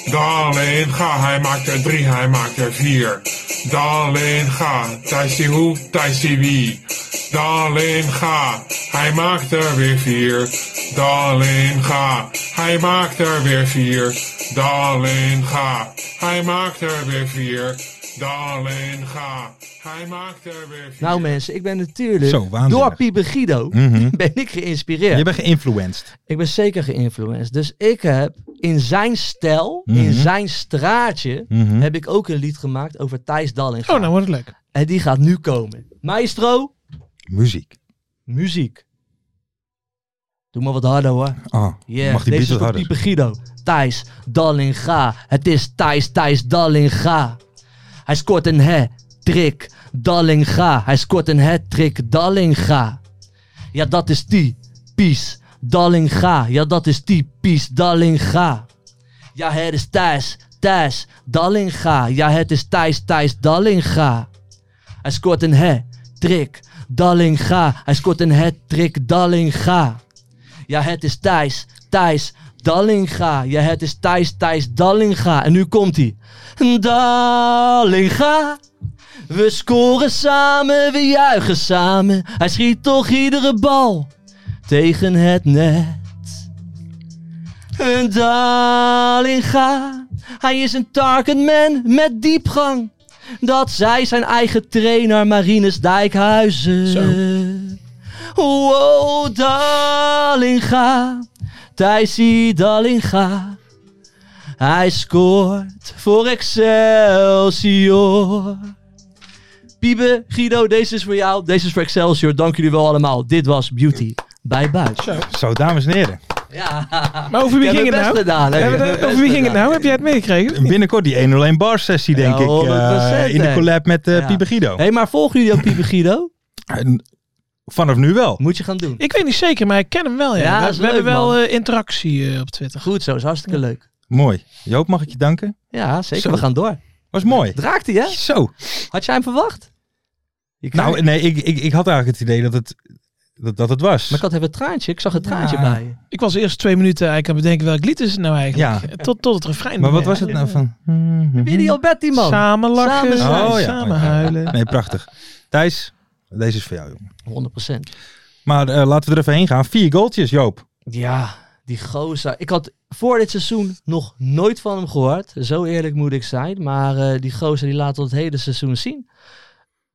Speaker 6: Daarleen ga, hij maakt er drie, hij maakt er vier. Daarleen ga, Thijs die hoe, Thijs die wie. Daarleen ga, hij maakt er weer vier. Daarleen ga, hij maakt er weer vier. Daarleen ga, hij maakt er weer vier. Daarleen ga, hij maakt er weer vier.
Speaker 4: Nou mensen, ik ben natuurlijk
Speaker 3: Zo, waanzinnig.
Speaker 4: door Piebe Guido
Speaker 3: Mhm.
Speaker 4: *laughs* ben ik geïnspireerd.
Speaker 3: Je bent geïnfluenced.
Speaker 4: Ik ben zeker geïnfluenced. Dus ik heb in zijn stijl,
Speaker 5: Mhm.
Speaker 4: in zijn straatje,
Speaker 3: Mhm.
Speaker 4: heb ik ook een lied gemaakt over Thijs Dalling.
Speaker 5: Oh, nou wordt het leuk.
Speaker 4: En die gaat nu komen. Maestro,
Speaker 3: Muziek.
Speaker 4: muziek. Doe maar wat harder hoor.
Speaker 3: Ah,
Speaker 4: Yeah,
Speaker 3: mag die
Speaker 4: deze
Speaker 3: Beatles
Speaker 4: is voor
Speaker 3: harder.
Speaker 4: Pieper Guido. Thijs Dallinga. Het is Thijs, Thijs Dallinga. Hij scoort een hat-trick. Dallinga. Hij scoort een hat-trick. Dallinga. Ja, dat is typisch. Dallinga. Ja, dat is typisch. Dallinga. Ja, het is Thijs, Thijs Dallinga. Ja, het is Thijs, Thijs Dallinga. Hij scoort een hat-trick. Dallinga. Hij scoort een hat-trick. Dallinga. Ja, het is Thijs, Thijs Dallinga. Ja, het is Thijs, Thijs Dallinga. En nu komt hij. Dallinga. We scoren samen, we juichen samen. Hij schiet toch iedere bal tegen het net. Dallinga. Hij is een targetman met diepgang. Dat zei zijn eigen trainer Marinus Dijkhuizen. Wow, Dallinga, Thijsie Dallinga. Hij scoort voor Excelsior. Piebe, Guido, deze is voor jou. Deze is voor Excelsior. Dank jullie wel allemaal. Dit was Beauty bij Buis.
Speaker 3: Zo, dames en heren.
Speaker 4: Ah. Ja,
Speaker 5: Maar over wie
Speaker 4: ik heb
Speaker 5: ging
Speaker 4: mijn best
Speaker 5: het nou?
Speaker 4: gedaan. hè.
Speaker 5: Hebben
Speaker 4: Ik
Speaker 5: we
Speaker 4: heb
Speaker 5: het-
Speaker 4: mijn
Speaker 5: over
Speaker 4: best
Speaker 5: wie ging het
Speaker 4: gedaan.
Speaker 5: nou? Heb jij het meegekregen?
Speaker 3: Binnenkort die 101 bar sessie, denk
Speaker 4: Ja,
Speaker 3: ik. eh,
Speaker 4: 100%,
Speaker 3: in de
Speaker 4: hè.
Speaker 3: collab met eh
Speaker 4: Ja.
Speaker 3: Pieper Guido.
Speaker 5: nou?
Speaker 4: Hé, maar volgen jullie ook Piebe, Guido?
Speaker 3: En Vanaf nu wel.
Speaker 4: Moet je gaan doen.
Speaker 5: Ik weet niet zeker, maar ik ken hem wel. Ja.
Speaker 4: Ja,
Speaker 5: we
Speaker 4: dat is
Speaker 5: we hebben
Speaker 4: leuk,
Speaker 5: wel
Speaker 4: man.
Speaker 5: eh, interactie eh, op Twitter.
Speaker 4: Goed zo, is hartstikke leuk.
Speaker 3: Mooi. Joop, mag ik je danken?
Speaker 4: Ja, zeker.
Speaker 3: Zo.
Speaker 4: We gaan door.
Speaker 3: Was mooi.
Speaker 4: Raakt hij, hè?
Speaker 3: Zo.
Speaker 4: Had jij hem verwacht? Je krijgt-
Speaker 3: Nou, nee, ik, ik, ik had eigenlijk het idee dat het, dat, dat het was.
Speaker 4: Maar ik had even een traantje. Ik zag een traantje
Speaker 3: Ja.
Speaker 4: bij je.
Speaker 5: Ik was eerst twee minuten eigenlijk aan het bedenken welk lied is het nou eigenlijk. Tot, tot het refrein.
Speaker 3: Maar wat
Speaker 5: Ja.
Speaker 3: was het nou van?
Speaker 4: Willy Alberti, man.
Speaker 5: Samen lachen,
Speaker 4: Samen
Speaker 5: samen,
Speaker 4: zijn.
Speaker 3: Oh, ja.
Speaker 5: huilen.
Speaker 3: Nee, prachtig. Thijs, deze is voor jou, jongen.
Speaker 4: 100%.
Speaker 3: Maar eh, laten we er even heen gaan. Vier goaltjes, Joop.
Speaker 4: Ja, die gozer. Ik had voor dit seizoen nog nooit van hem gehoord. Zo eerlijk moet ik zijn. Maar eh, die gozer die laat ons het hele seizoen zien.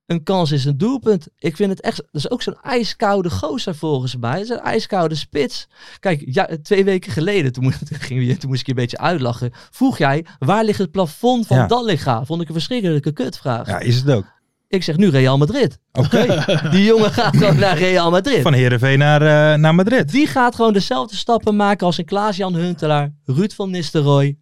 Speaker 4: Een kans is een doelpunt. Ik vind het echt... Dat is ook zo'n ijskoude gozer volgens mij. Dat is een ijskoude spits. Kijk, ja, twee weken geleden, toen, moest- *laughs* toen, ging je- toen moest ik je een beetje uitlachen. Vroeg jij, waar ligt het plafond van
Speaker 3: Ja.
Speaker 4: Dallinga? Vond ik een verschrikkelijke kutvraag.
Speaker 3: Ja, is het ook.
Speaker 4: Ik zeg nu Real Madrid.
Speaker 3: Oké.
Speaker 4: Die jongen *laughs* gaat gewoon naar Real Madrid.
Speaker 3: Van Heerenveen naar, eh, naar Madrid.
Speaker 4: Die gaat gewoon dezelfde stappen maken als een Klaas-Jan Huntelaar, Ruud van Nistelrooy.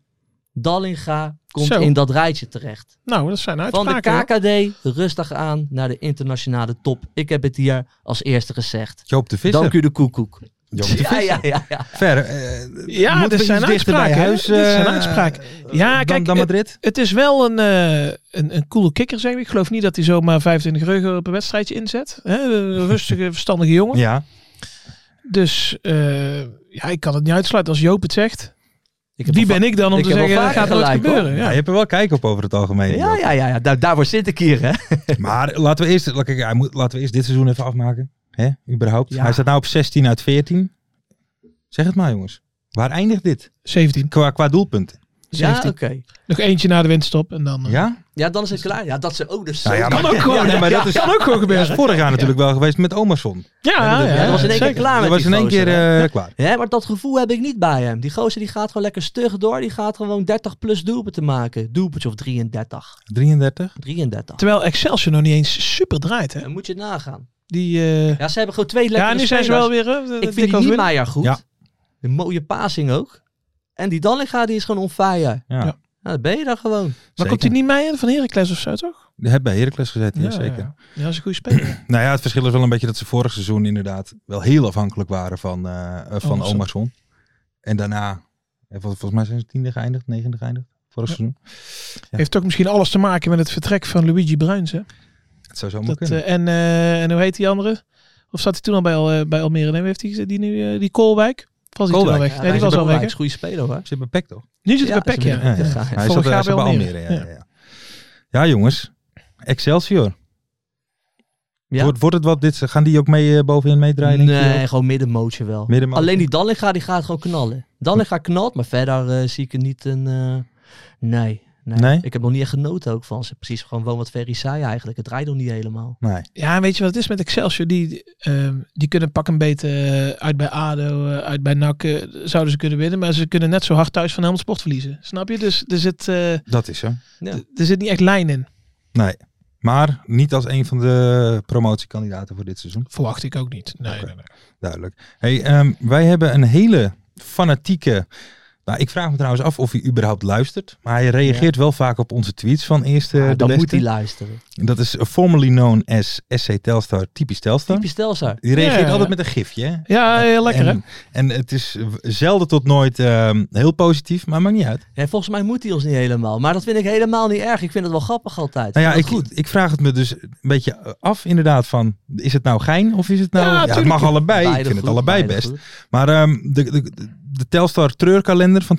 Speaker 4: Dallinga komt
Speaker 5: Zo.
Speaker 4: in dat rijtje terecht.
Speaker 5: Nou, dat zijn
Speaker 4: Van de
Speaker 5: uitspraken. hoor.
Speaker 4: KKD rustig aan naar de internationale top. Ik heb het hier als eerste gezegd.
Speaker 3: Joop de Visser.
Speaker 4: Dank u de koekoek.
Speaker 3: Joop de
Speaker 4: Ja,
Speaker 3: Visser.
Speaker 4: ja, ja, ja.
Speaker 3: Ver. eh,
Speaker 5: Ja,
Speaker 3: moeten
Speaker 5: dit
Speaker 3: we
Speaker 5: zijn
Speaker 3: iets dichter
Speaker 5: uitspraken.
Speaker 3: bij
Speaker 5: hè?
Speaker 3: huis,
Speaker 5: Dit zijn
Speaker 3: eh,
Speaker 5: uitspraken. Ja,
Speaker 3: dan-
Speaker 5: kijk, eh,
Speaker 3: Dan
Speaker 5: het-
Speaker 3: Madrid.
Speaker 5: Het is wel een, eh, een, een coole kikker, zeg ik. Ik geloof niet dat hij zomaar 25 euro per wedstrijdje inzet. Hè?
Speaker 4: *laughs*
Speaker 5: Een rustige, verstandige jongen.
Speaker 3: Ja.
Speaker 5: Dus eh, ja, ik kan het niet uitsluiten als Joop het zegt.
Speaker 4: Ik heb
Speaker 5: Wie
Speaker 4: al
Speaker 5: ben ik dan om
Speaker 4: ik
Speaker 5: te
Speaker 4: heb al
Speaker 5: zeggen, dat
Speaker 4: vaker
Speaker 5: gaat nooit
Speaker 4: gelijk, hoor.
Speaker 5: gebeuren.
Speaker 3: Ja,
Speaker 5: Ja.
Speaker 3: je hebt er wel kijk op over het
Speaker 4: va-
Speaker 3: algemeen.
Speaker 4: Ja,
Speaker 3: Joop.
Speaker 4: ja, ja. ja. Daar- daarvoor zit ik hier, hè.
Speaker 3: Maar laten we eerst, kijk, hij moet- laten we eerst dit seizoen even afmaken. Hè, überhaupt.
Speaker 4: Ja.
Speaker 3: Hij staat nou op 16 uit 14. Zeg het maar, jongens. Waar eindigt dit?
Speaker 5: 17.
Speaker 3: Qua, qua doelpunten.
Speaker 4: Ja, oké.
Speaker 5: 17. Nog eentje na de winterstop en dan... eh,
Speaker 3: Ja?
Speaker 4: Ja, dan is het klaar. Ja, dat ze ook dus.
Speaker 3: Nou ja,
Speaker 5: Kan ook gewoon,
Speaker 3: Ja, nee, maar dat is,
Speaker 5: kan ook gewoon
Speaker 3: dat
Speaker 5: gebeuren.
Speaker 3: is vorig jaar natuurlijk wel geweest met Omerson.
Speaker 5: Ja, ja,
Speaker 4: Ja, dat was in één keer
Speaker 5: zeker.
Speaker 4: klaar
Speaker 3: Dat
Speaker 4: met
Speaker 3: was
Speaker 4: die
Speaker 3: in één
Speaker 4: gozer,
Speaker 3: keer
Speaker 4: hè.
Speaker 3: eh, klaar.
Speaker 4: Hè, maar dat gevoel heb ik niet bij hem. Die gozer die gaat gewoon lekker stug door. Die gaat gewoon 30 plus doelpunten maken. Doelpuntjes of 33.
Speaker 3: 33.
Speaker 4: 33.
Speaker 5: Terwijl Excelsior nog niet eens super draait, hè?
Speaker 4: Dan Eh, moet je het nagaan.
Speaker 5: Die, eh,
Speaker 4: Ja, ze hebben gewoon twee lekkere
Speaker 5: ja, nu zijn ze
Speaker 4: spelers.
Speaker 5: wel weer... eh,
Speaker 4: Ik
Speaker 5: dik
Speaker 4: vind die
Speaker 5: overwinning.
Speaker 4: Niemeyer goed.
Speaker 3: Ja.
Speaker 4: Een mooie passing ook. En die Dallinga die is gewoon on fire.
Speaker 3: Ja.
Speaker 5: Ja.
Speaker 4: Nou, dan ben je daar gewoon.
Speaker 5: Maar komt die Niemeyer eh, van Heracles of zo, toch?
Speaker 3: Die Heb bij Heracles gezeten, ja, zeker.
Speaker 5: Ja, ja, dat is een goede speler.
Speaker 3: Nou ja, het verschil is wel een beetje dat ze vorig seizoen inderdaad wel heel afhankelijk waren van, eh eh, van
Speaker 5: Omerson.
Speaker 3: Omerson. En daarna, eh, vol- volgens mij zijn ze tiende geëindigd, negende geëindigd. Vorig seizoen.
Speaker 5: Heeft toch misschien alles te maken met het vertrek van Luigi Bruins, hè?
Speaker 3: Het zou zomaar
Speaker 5: Dat,
Speaker 3: kunnen.
Speaker 5: eh, en, eh, en hoe heet die andere? Of zat hij toen al bij, Al- eh, bij Almere? Nee, wie heeft die, die nu eh, die Koolwijk? Of Was hij toen al
Speaker 3: Koolwijk.
Speaker 4: Ja,
Speaker 5: weg? nee, die was al weg. hè?
Speaker 4: goede speler hoor.
Speaker 3: Ze hebben pek toch?
Speaker 5: Nu zit hij
Speaker 4: Ja,
Speaker 5: bij PEC,
Speaker 4: ze
Speaker 5: ja.
Speaker 4: hebben-
Speaker 3: Ja, ja.
Speaker 4: Ja,
Speaker 3: Hij zat,
Speaker 4: ja.
Speaker 5: jaar
Speaker 3: hij zat bij
Speaker 5: bij
Speaker 3: Almere. Ja,
Speaker 5: Almere,
Speaker 3: ja. Ja. ja, jongens. Excelsior.
Speaker 4: Ja.
Speaker 3: Wordt, wordt het wat dit? Gaan die ook mee eh, bovenin meedraaien? denk je, of?
Speaker 4: Nee, gewoon middenmootje wel.
Speaker 3: Middenmootje.
Speaker 4: Alleen die Dallinga die gaat gewoon knallen. Dallinga knalt, maar verder eh, zie ik er niet een... eh, nee, nee.
Speaker 3: Nee?
Speaker 4: Ik heb nog niet echt genoten ook van ze. Precies gewoon wat Ferry zei eigenlijk. Het draait nog niet helemaal.
Speaker 3: Nee.
Speaker 5: Ja, weet je wat het is met Excelsior? Die, die, ehm, die kunnen pak een beetje eh, uit bij ADO, eh, uit bij NAC. eh, zouden ze kunnen winnen, maar ze kunnen net zo hard thuis van Helmond Sport verliezen. Snap je? Dus er zit, eh,
Speaker 3: Dat is zo.
Speaker 4: Ja.
Speaker 5: d- er zit niet echt lijn in.
Speaker 3: Nee. Maar niet als een van de promotiekandidaten voor dit seizoen.
Speaker 5: Verwacht ik ook niet. Nee, nee, nee.
Speaker 3: Duidelijk. Hey, ehm, wij hebben een hele fanatieke. Nou, ik vraag me trouwens af of hij überhaupt luistert. Maar hij reageert wel vaak op onze tweets van eerste.
Speaker 4: Ja,
Speaker 3: de
Speaker 4: Ah, dan
Speaker 3: beste.
Speaker 4: moet hij luisteren.
Speaker 3: Dat is formerly known as SC Telstar, typisch Telstar.
Speaker 4: Typisch Telstar.
Speaker 3: Die reageert
Speaker 5: Ja.
Speaker 3: altijd met een gifje. Hè?
Speaker 5: Ja, heel lekker
Speaker 3: en, en het is zelden tot nooit ehm, heel positief, maar maakt niet uit.
Speaker 4: Ja, volgens mij moet hij ons niet helemaal. Maar dat vind ik helemaal niet erg. Ik vind het wel grappig altijd.
Speaker 3: Nou ja,
Speaker 4: Maar
Speaker 3: ik,
Speaker 4: goed.
Speaker 3: ik vraag het me dus een beetje af inderdaad van, is het nou gein of is het nou...
Speaker 5: Ja,
Speaker 3: het
Speaker 5: tuurlijk.
Speaker 3: mag allebei, ik vind het
Speaker 4: goed,
Speaker 3: allebei
Speaker 4: beide
Speaker 3: best.
Speaker 4: goed.
Speaker 3: Maar ehm, de, de, de Telstar treurkalender van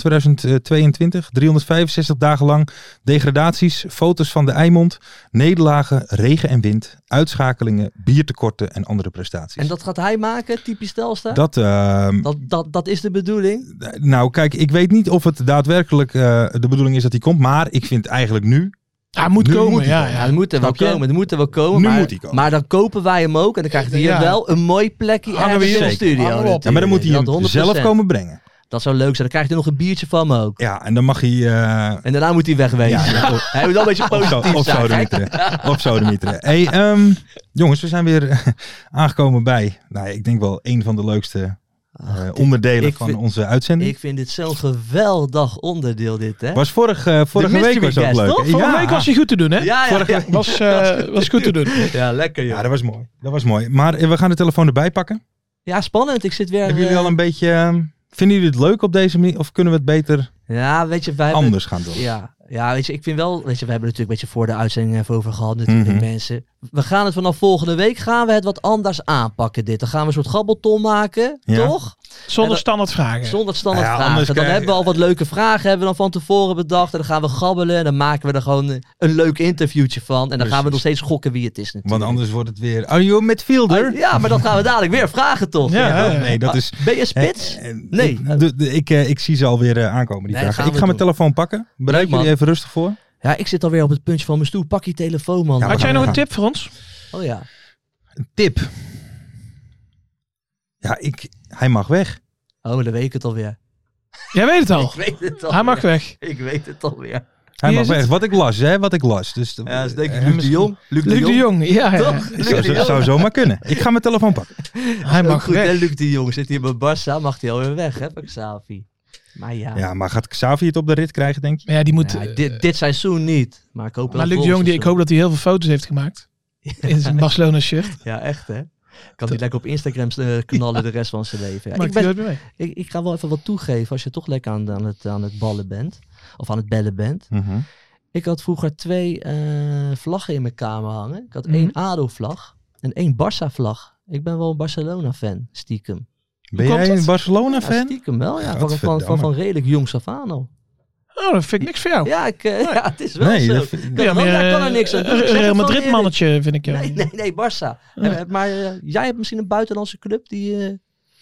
Speaker 3: 2022, 365 dagen lang, degradaties, foto's van de Eimond, nederlagen, regen en wind, uitschakelingen, biertekorten en andere prestaties.
Speaker 4: En dat eh? gaat hij maken, typisch Telstar? Dat,
Speaker 3: Dat, ehm,
Speaker 4: dat, dat, is de bedoeling.
Speaker 3: nou kijk, ik weet niet of het daadwerkelijk eh, de bedoeling is dat hij komt, maar ik vind eigenlijk nu,
Speaker 5: Ja, moet
Speaker 3: Nu
Speaker 5: komen.
Speaker 3: moet hij
Speaker 5: ja,
Speaker 3: komen.
Speaker 4: Ja,
Speaker 5: ja.
Speaker 4: het moet er wel
Speaker 3: Snap je?
Speaker 4: komen. Het moet er wel komen.
Speaker 3: Nu
Speaker 4: maar,
Speaker 3: moet hij komen.
Speaker 4: Maar dan kopen wij hem ook. En dan krijgt hij hier
Speaker 5: Ja.
Speaker 4: wel een mooi plekje
Speaker 5: Hangen we
Speaker 4: ergens
Speaker 5: hier
Speaker 4: in de
Speaker 3: op.
Speaker 4: studio.
Speaker 5: Hangen we op.
Speaker 4: natuurlijk.
Speaker 3: ja, maar dan moet hij
Speaker 4: Dat
Speaker 3: hem
Speaker 4: 100%.
Speaker 3: zelf komen brengen.
Speaker 4: Dat zou leuk zijn. Dan krijgt hij nog een biertje van me ook.
Speaker 3: Ja, en dan mag hij... eh,
Speaker 4: En daarna moet hij wegwezen.
Speaker 3: ja, of-
Speaker 4: Hij moet wel een beetje
Speaker 3: Of zo,
Speaker 4: positief
Speaker 3: of
Speaker 4: zijn.
Speaker 3: zo
Speaker 4: Kijk,
Speaker 3: Of zo Hey, ehm, jongens, we zijn weer eh, aangekomen bij, nou, ik denk wel een van de leukste eh, onderdelen
Speaker 4: ik
Speaker 3: van
Speaker 4: vind-
Speaker 3: onze uitzending.
Speaker 4: Ik vind dit zo'n geweldig onderdeel dit, hè?
Speaker 3: was vorig, eh, vorige
Speaker 4: mystery
Speaker 3: week was dat
Speaker 4: guest,
Speaker 3: leuk.
Speaker 4: toch?
Speaker 3: hè?
Speaker 5: Vorige
Speaker 3: ja.
Speaker 5: week was je goed te doen, hè?
Speaker 4: ja, ja. *laughs*
Speaker 5: Was, eh, was goed te doen.
Speaker 4: Ja, lekker
Speaker 3: Ja,
Speaker 4: joh.
Speaker 3: dat was mooi. Dat was mooi. Maar eh, we gaan de telefoon erbij pakken.
Speaker 4: Ja, spannend. Ik zit weer...
Speaker 3: Hebben jullie
Speaker 4: eh,
Speaker 3: al een beetje... ehm, vinden jullie het leuk op deze manier of kunnen we het beter
Speaker 4: Ja, weet je, wij hebben-
Speaker 3: anders gaan doen?
Speaker 4: Ja, ja, weet je, ik vind wel, weet je, we hebben er natuurlijk een beetje voor de uitzending even over gehad natuurlijk
Speaker 3: Mhm.
Speaker 4: mensen. We gaan het vanaf volgende week gaan we het wat anders aanpakken dit. Dan gaan we een soort gabbelton maken,
Speaker 3: Ja.
Speaker 4: toch? En
Speaker 5: Zonder
Speaker 4: dat-
Speaker 5: standaard vragen.
Speaker 4: Zonder standaard
Speaker 3: Ja, anders
Speaker 4: vragen. Dan
Speaker 3: krijg-
Speaker 4: hebben we al wat leuke vragen hebben we dan van tevoren bedacht en dan gaan we gabbelen en dan maken we er gewoon eh, een leuk interviewtje van en dan gaan we nog
Speaker 3: Precies.
Speaker 4: steeds gokken wie het is natuurlijk. Ah,
Speaker 3: Want anders wordt het weer... Are you a midfielder?
Speaker 4: Ja, maar dat gaan we dadelijk weer vragen toch? Ah,
Speaker 5: Ja, ja, ja.
Speaker 3: nee, dat is...
Speaker 4: Ben je een spits?
Speaker 3: Eh, eh,
Speaker 4: Nee.
Speaker 3: Ik, de- de- ik, eh, ik zie ze alweer eh, aankomen, die
Speaker 4: Nee,
Speaker 3: vragen.
Speaker 4: gaan
Speaker 3: Ik
Speaker 4: we
Speaker 3: ga mijn
Speaker 4: doen.
Speaker 3: telefoon pakken. Bereid
Speaker 4: Leuk, man.
Speaker 3: jullie even rustig voor.
Speaker 4: Ja, ik zit alweer op het puntje van mijn stoel. Pak je telefoon man.
Speaker 3: Ja,
Speaker 5: Had jij
Speaker 3: we
Speaker 5: nog een
Speaker 3: gaan.
Speaker 5: tip voor ons?
Speaker 4: Oh ja.
Speaker 3: Tip. Ja, ik, hij mag weg.
Speaker 4: Oh, dan weet ik het alweer.
Speaker 5: Jij weet het al.
Speaker 4: Ik weet het alweer.
Speaker 5: Hij mag weg.
Speaker 4: *laughs* Ik weet het alweer.
Speaker 3: Hij
Speaker 5: Wie
Speaker 3: mag
Speaker 5: is
Speaker 3: weg. Wat ik las, hè? Wat ik las. Dus,
Speaker 4: Ja, dat is denk ik
Speaker 3: eh,
Speaker 4: Luc de
Speaker 3: misschien- *laughs*
Speaker 4: Jong.
Speaker 5: Luc de Jong, ja. ja.
Speaker 4: Toch? Luc
Speaker 3: Zou,
Speaker 4: de Jong.
Speaker 3: zou zomaar
Speaker 4: *laughs*
Speaker 3: kunnen. Ik ga mijn telefoon pakken.
Speaker 5: Hij
Speaker 4: Ook
Speaker 5: mag
Speaker 4: goed, hè,
Speaker 5: weg.
Speaker 4: Luc de Jong zit hier bij Barça, mag hij alweer weg, hè, van Xavi. Maar ja,
Speaker 3: Ja, maar gaat Xavi het op de rit krijgen, denk je?
Speaker 5: Maar ja, die moet...
Speaker 4: Ja,
Speaker 5: eh,
Speaker 4: dit, dit seizoen niet. Maar ik hoop wel
Speaker 5: maar Luc de
Speaker 4: volgend
Speaker 5: Jong, die, ik hoop
Speaker 4: seizoen.
Speaker 5: dat hij heel veel foto's heeft gemaakt. In zijn Barcelona shirt.
Speaker 4: Ja, echt hè. Kan hij lekker op Instagram eh, knallen de rest van zijn leven. Ja,
Speaker 5: Maakt
Speaker 4: ik,
Speaker 5: hij
Speaker 4: ben,
Speaker 5: nooit meer mee.
Speaker 4: ik, ik ga wel even wat toegeven als je toch lekker aan, aan, het, aan het ballen bent. Of aan het bellen bent.
Speaker 3: Mhm.
Speaker 4: Ik had vroeger twee eh, vlaggen in mijn kamer hangen. Ik had
Speaker 5: Mhm.
Speaker 4: één ADO-vlag en één Barça-vlag. Ik ben wel een Barcelona-fan, stiekem.
Speaker 3: Ben
Speaker 5: komt
Speaker 3: jij
Speaker 5: dat?
Speaker 3: een
Speaker 4: Ja,
Speaker 3: Barcelona-fan?
Speaker 4: stiekem wel, ja. Van, van,
Speaker 3: Gadverdamme.
Speaker 4: van, van redelijk jongs af aan al.
Speaker 5: Oh, dat vind ik niks voor jou.
Speaker 4: Ja, ik, eh, *laughs* ja het is wel
Speaker 3: Nee,
Speaker 4: zo.
Speaker 3: dat
Speaker 4: Ik
Speaker 3: vind-
Speaker 4: kan,
Speaker 5: Ja,
Speaker 4: er wel-
Speaker 5: meer,
Speaker 4: daar kan er
Speaker 5: eh,
Speaker 4: niks aan doen. Ik zeg
Speaker 5: een
Speaker 4: het
Speaker 5: Real
Speaker 4: gewoon
Speaker 5: Madrid
Speaker 4: eerlijk.
Speaker 5: mannetje vind ik jou.
Speaker 4: Nee, nee, nee, Barça. Eh, Maar eh, jij hebt misschien een buitenlandse club die...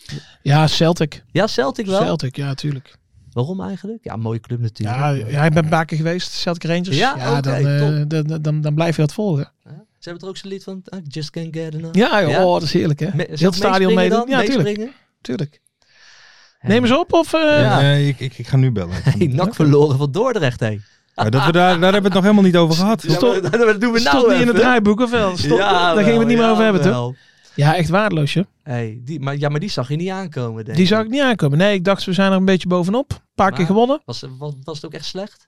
Speaker 4: eh,
Speaker 5: Ja, Celtic.
Speaker 4: ja, Celtic wel.
Speaker 5: Celtic, ja, tuurlijk.
Speaker 4: Waarom eigenlijk? Ja, mooie club natuurlijk.
Speaker 5: Ja, eh, ja, ik ben een paar keer geweest, Celtic Rangers.
Speaker 4: Ja? Oké,
Speaker 5: dan, eh,
Speaker 4: top.
Speaker 5: dan, dan, dan, blijf je dat volgen.
Speaker 4: Ze hebben er ook zo'n lied van, I just can't get enough.
Speaker 5: Ja, joh,
Speaker 4: Ja.
Speaker 5: Oh, dat is heerlijk hè.
Speaker 4: Me-
Speaker 5: Heel
Speaker 4: Zal
Speaker 5: het
Speaker 4: ik
Speaker 5: stadion
Speaker 4: meespringen
Speaker 5: meedoen.
Speaker 4: dan?
Speaker 5: Ja, tuurlijk.
Speaker 4: Meespringen?
Speaker 5: tuurlijk. Neem eens op of... eh,
Speaker 3: Eh, ik, ik, ik ga nu bellen.
Speaker 4: *laughs* Hey, nak verloren van Dordrecht, hé.
Speaker 3: Maar dat we daar, daar hebben we het nog helemaal niet over gehad.
Speaker 5: Stop.
Speaker 4: Ja, maar dat- dat doen we
Speaker 5: Stond
Speaker 4: nou
Speaker 5: niet in het
Speaker 4: even.
Speaker 5: draaiboek of wel? Stond, daar gingen we het niet meer over hebben, toch? Ja, echt waardeloos, joh.
Speaker 4: Hey, die, maar, ja, maar die zag je niet aankomen, denk
Speaker 5: Die
Speaker 4: ik.
Speaker 5: zag ik niet aankomen. Nee, ik dacht, we zijn er een beetje bovenop. Een paar keer
Speaker 4: Maar-
Speaker 5: gewonnen.
Speaker 4: Was, was, was het ook echt slecht? *laughs*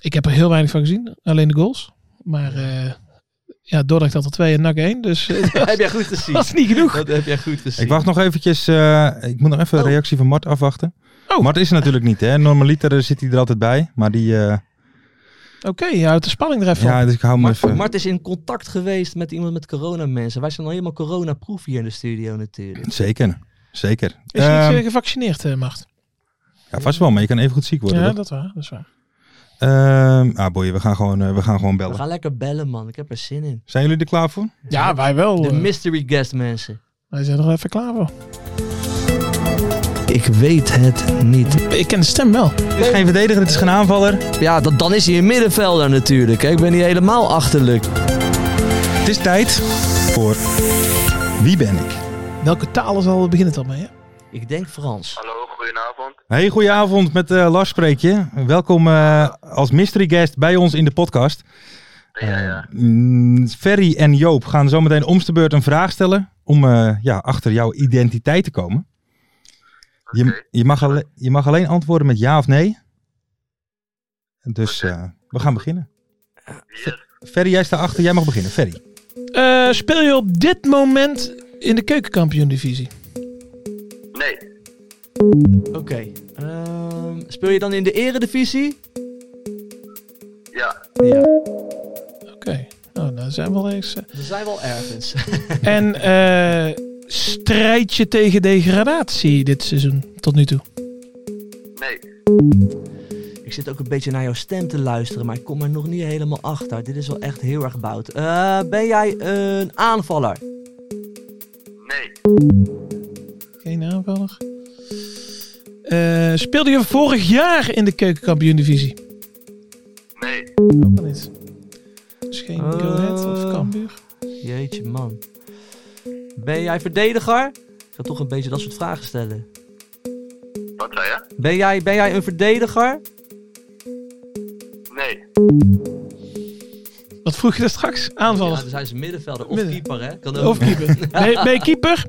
Speaker 5: Ik heb er heel weinig van gezien. Alleen de goals. Maar eh ja, Dordrecht had er twee en NAC één.
Speaker 4: *laughs*
Speaker 5: Dus eh,
Speaker 4: Dat heb jij goed
Speaker 5: *laughs*
Speaker 4: gezien.
Speaker 5: dat is niet genoeg.
Speaker 4: Dat heb jij goed gezien.
Speaker 3: Ik wacht nog eventjes. eh, ik moet nog even
Speaker 4: Oh.
Speaker 3: een reactie van Mart afwachten.
Speaker 5: Oh.
Speaker 3: Mart is er natuurlijk niet, hè? Normaliter eh, zit hij er altijd bij. Maar die. eh,
Speaker 5: Oké, je houdt de spanning er even van.
Speaker 3: ja, dus ik hou hem
Speaker 4: Mart,
Speaker 3: even.
Speaker 4: Mart is in contact geweest met iemand met coronamensen. Wij zijn al helemaal coronaproof hier in de studio natuurlijk.
Speaker 3: Zeker. Zeker.
Speaker 5: Is hij niet
Speaker 3: Ehm,
Speaker 5: eh, gevaccineerd, eh Mart?
Speaker 3: ja, vast wel, maar je kan even goed ziek worden.
Speaker 5: Ja,
Speaker 3: toch?
Speaker 5: dat, waar, dat is waar.
Speaker 3: Ehm, ah, boy, we gaan gewoon, eh, we gaan gewoon
Speaker 4: We
Speaker 3: bellen.
Speaker 4: gaan lekker bellen, man. Ik heb er zin in.
Speaker 3: Zijn jullie er klaar voor?
Speaker 5: Ja, wij wel.
Speaker 4: De
Speaker 5: eh.
Speaker 4: mystery guest, mensen.
Speaker 5: wij zijn er even klaar voor.
Speaker 4: Ik weet het niet.
Speaker 5: Ik ken de stem wel.
Speaker 3: Het is geen verdediger, het is geen aanvaller.
Speaker 4: Ja, dat, dan is hij een middenvelder natuurlijk. Hè. Ik ben niet helemaal achterlijk.
Speaker 3: Het is tijd voor Wie ben ik?
Speaker 5: Welke talen zal beginnen het al mee? Hè?
Speaker 4: Ik denk Frans.
Speaker 7: Hallo, goedenavond.
Speaker 3: Hey, goedenavond met eh, Lars spreek je. Welkom eh, als mystery guest bij ons in de podcast.
Speaker 7: Ja, ja.
Speaker 3: Mm, Ferry en Joop gaan zometeen om de beurt een vraag stellen om eh, ja, achter jouw identiteit te komen. Je, je, mag alle- je mag alleen antwoorden met ja of nee. Dus eh, we gaan beginnen.
Speaker 7: Yes.
Speaker 3: Ferry, jij staat achter. Jij mag beginnen. Ferry.
Speaker 5: Eh, speel je op dit moment in de keukenkampioen-divisie?
Speaker 7: Nee,
Speaker 4: Oké. ehm, speel je dan in de eredivisie?
Speaker 7: ja.
Speaker 4: Ja.
Speaker 5: Oké, nou, daar zijn we al eens. eh.
Speaker 4: We zijn wel ergens.
Speaker 5: *laughs* En eh strijd je tegen degradatie dit seizoen tot nu toe?
Speaker 7: Nee,
Speaker 4: *laughs* Ik zit ook een beetje naar jouw stem te luisteren, maar ik kom er nog niet helemaal achter. Dit is wel echt heel erg bout. Eh, ben jij een aanvaller?
Speaker 7: nee,
Speaker 5: Geen aanvaller. Eh, speelde je vorig jaar in de keukenkampioen-divisie?
Speaker 7: nee,
Speaker 5: Ook al niet. Dus geen
Speaker 4: Eh.
Speaker 5: Go Ahead of Cambuur?
Speaker 4: Jeetje man. Ben jij verdediger? Ik ga toch een beetje dat soort vragen stellen.
Speaker 7: wat zei je?
Speaker 4: Ben jij, ben jij een verdediger?
Speaker 7: Nee,
Speaker 5: Wat vroeg je daar straks? Aanvaller.
Speaker 4: Ja, dan zijn ze middenvelder of
Speaker 5: Midden-
Speaker 4: keeper hè? Kan ook.
Speaker 5: Of keeper. Ben je, ben je keeper?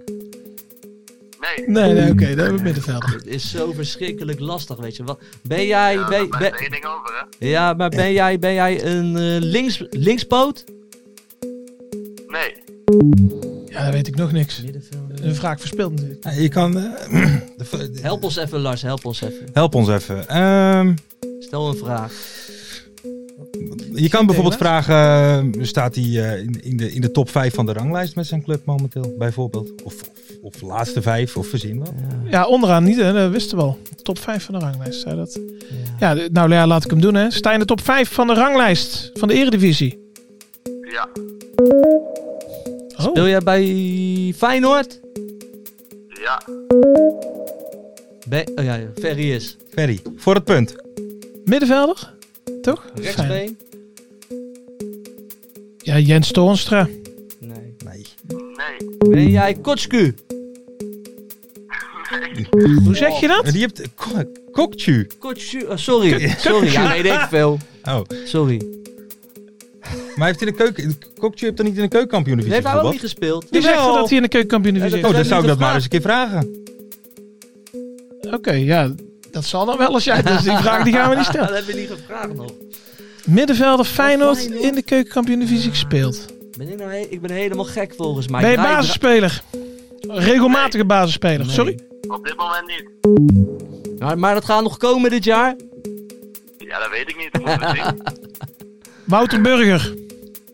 Speaker 7: nee.
Speaker 5: Nee, nee, oké, daar hebben we middenvelder.
Speaker 4: Het is zo verschrikkelijk lastig, weet je. Wat, ben jij...
Speaker 7: Ja,
Speaker 4: ben,
Speaker 7: daar
Speaker 4: ben-
Speaker 7: blijft één ding over, hè?
Speaker 4: ja, maar ben jij, ben jij een eh, links, linkspoot?
Speaker 7: Nee,
Speaker 5: Ja, daar weet ik nog niks.
Speaker 4: Middenvelder.
Speaker 5: Een vraag verspeeld natuurlijk.
Speaker 3: Je kan... eh, *clears throat*
Speaker 4: Help ons even Lars, help ons even.
Speaker 3: Help ons even. Ehm,
Speaker 4: Stel een vraag.
Speaker 3: je kan bijvoorbeeld vragen, eh, staat hij eh, in, in, de, in de top 5 van de ranglijst met zijn club momenteel, bijvoorbeeld? Of, of, of laatste 5, of verzin wat?
Speaker 5: Ja, onderaan niet, hè? dat wisten we al. Top 5 van de ranglijst, zei dat. Ja, d- nou ja, laat ik hem doen, hè. Sta je in de top 5 van de ranglijst van de Eredivisie?
Speaker 7: ja,
Speaker 5: Oh,
Speaker 4: Wil jij bij Feyenoord?
Speaker 7: ja,
Speaker 4: Ben, oh ja, ja, Ferry is.
Speaker 3: Ferry, voor het punt.
Speaker 5: middenvelder? Toch? Fijn.
Speaker 4: Rechtsbeen?
Speaker 5: Ja, Jens Toornstra.
Speaker 4: Nee.
Speaker 3: Nee.
Speaker 7: nee,
Speaker 4: Ben jij Kotsku?
Speaker 5: Hoe zeg je dat?
Speaker 3: Maar die hebt ko- Kokchu.
Speaker 4: Kotsku, oh, sorry. Sorry, ja, weet ik veel.
Speaker 3: Oh.
Speaker 4: Sorry.
Speaker 3: Maar heeft in de keuken. Kokchu heeft dan niet in de keukenkampioen
Speaker 4: Heeft hij ook niet
Speaker 3: bijvoorbeeld?
Speaker 4: gespeeld?
Speaker 5: Die zegt
Speaker 3: Jawel.
Speaker 5: dat hij in de keukenkampioen-divisie
Speaker 4: Ja,
Speaker 5: is.
Speaker 3: Oh,
Speaker 4: Zijn
Speaker 3: dan
Speaker 4: we
Speaker 3: zou ik
Speaker 4: niet
Speaker 3: dat maar
Speaker 4: gevraagd?
Speaker 3: eens een keer vragen.
Speaker 5: Oké, ja, dat zal dan wel als *laughs* jij... Dus die vraag die gaan we niet
Speaker 4: Ah,
Speaker 5: stellen.
Speaker 4: dat hebben we niet gevraagd nog.
Speaker 5: Middenvelder Feyenoord
Speaker 4: Feyenoord.
Speaker 5: in de keukenkampioen-divisie gespeeld.
Speaker 4: Ben ik, nou he- ik ben helemaal gek volgens mij.
Speaker 5: Ben je
Speaker 4: Draai-
Speaker 5: basisspeler? Regelmatige basisspeler,
Speaker 4: Nee.
Speaker 5: sorry.
Speaker 7: op dit moment niet.
Speaker 4: draai- Maar, maar dat gaat nog komen dit jaar?
Speaker 7: Ja, dat weet ik niet, dat moeten we zien.
Speaker 5: Wouter Burger.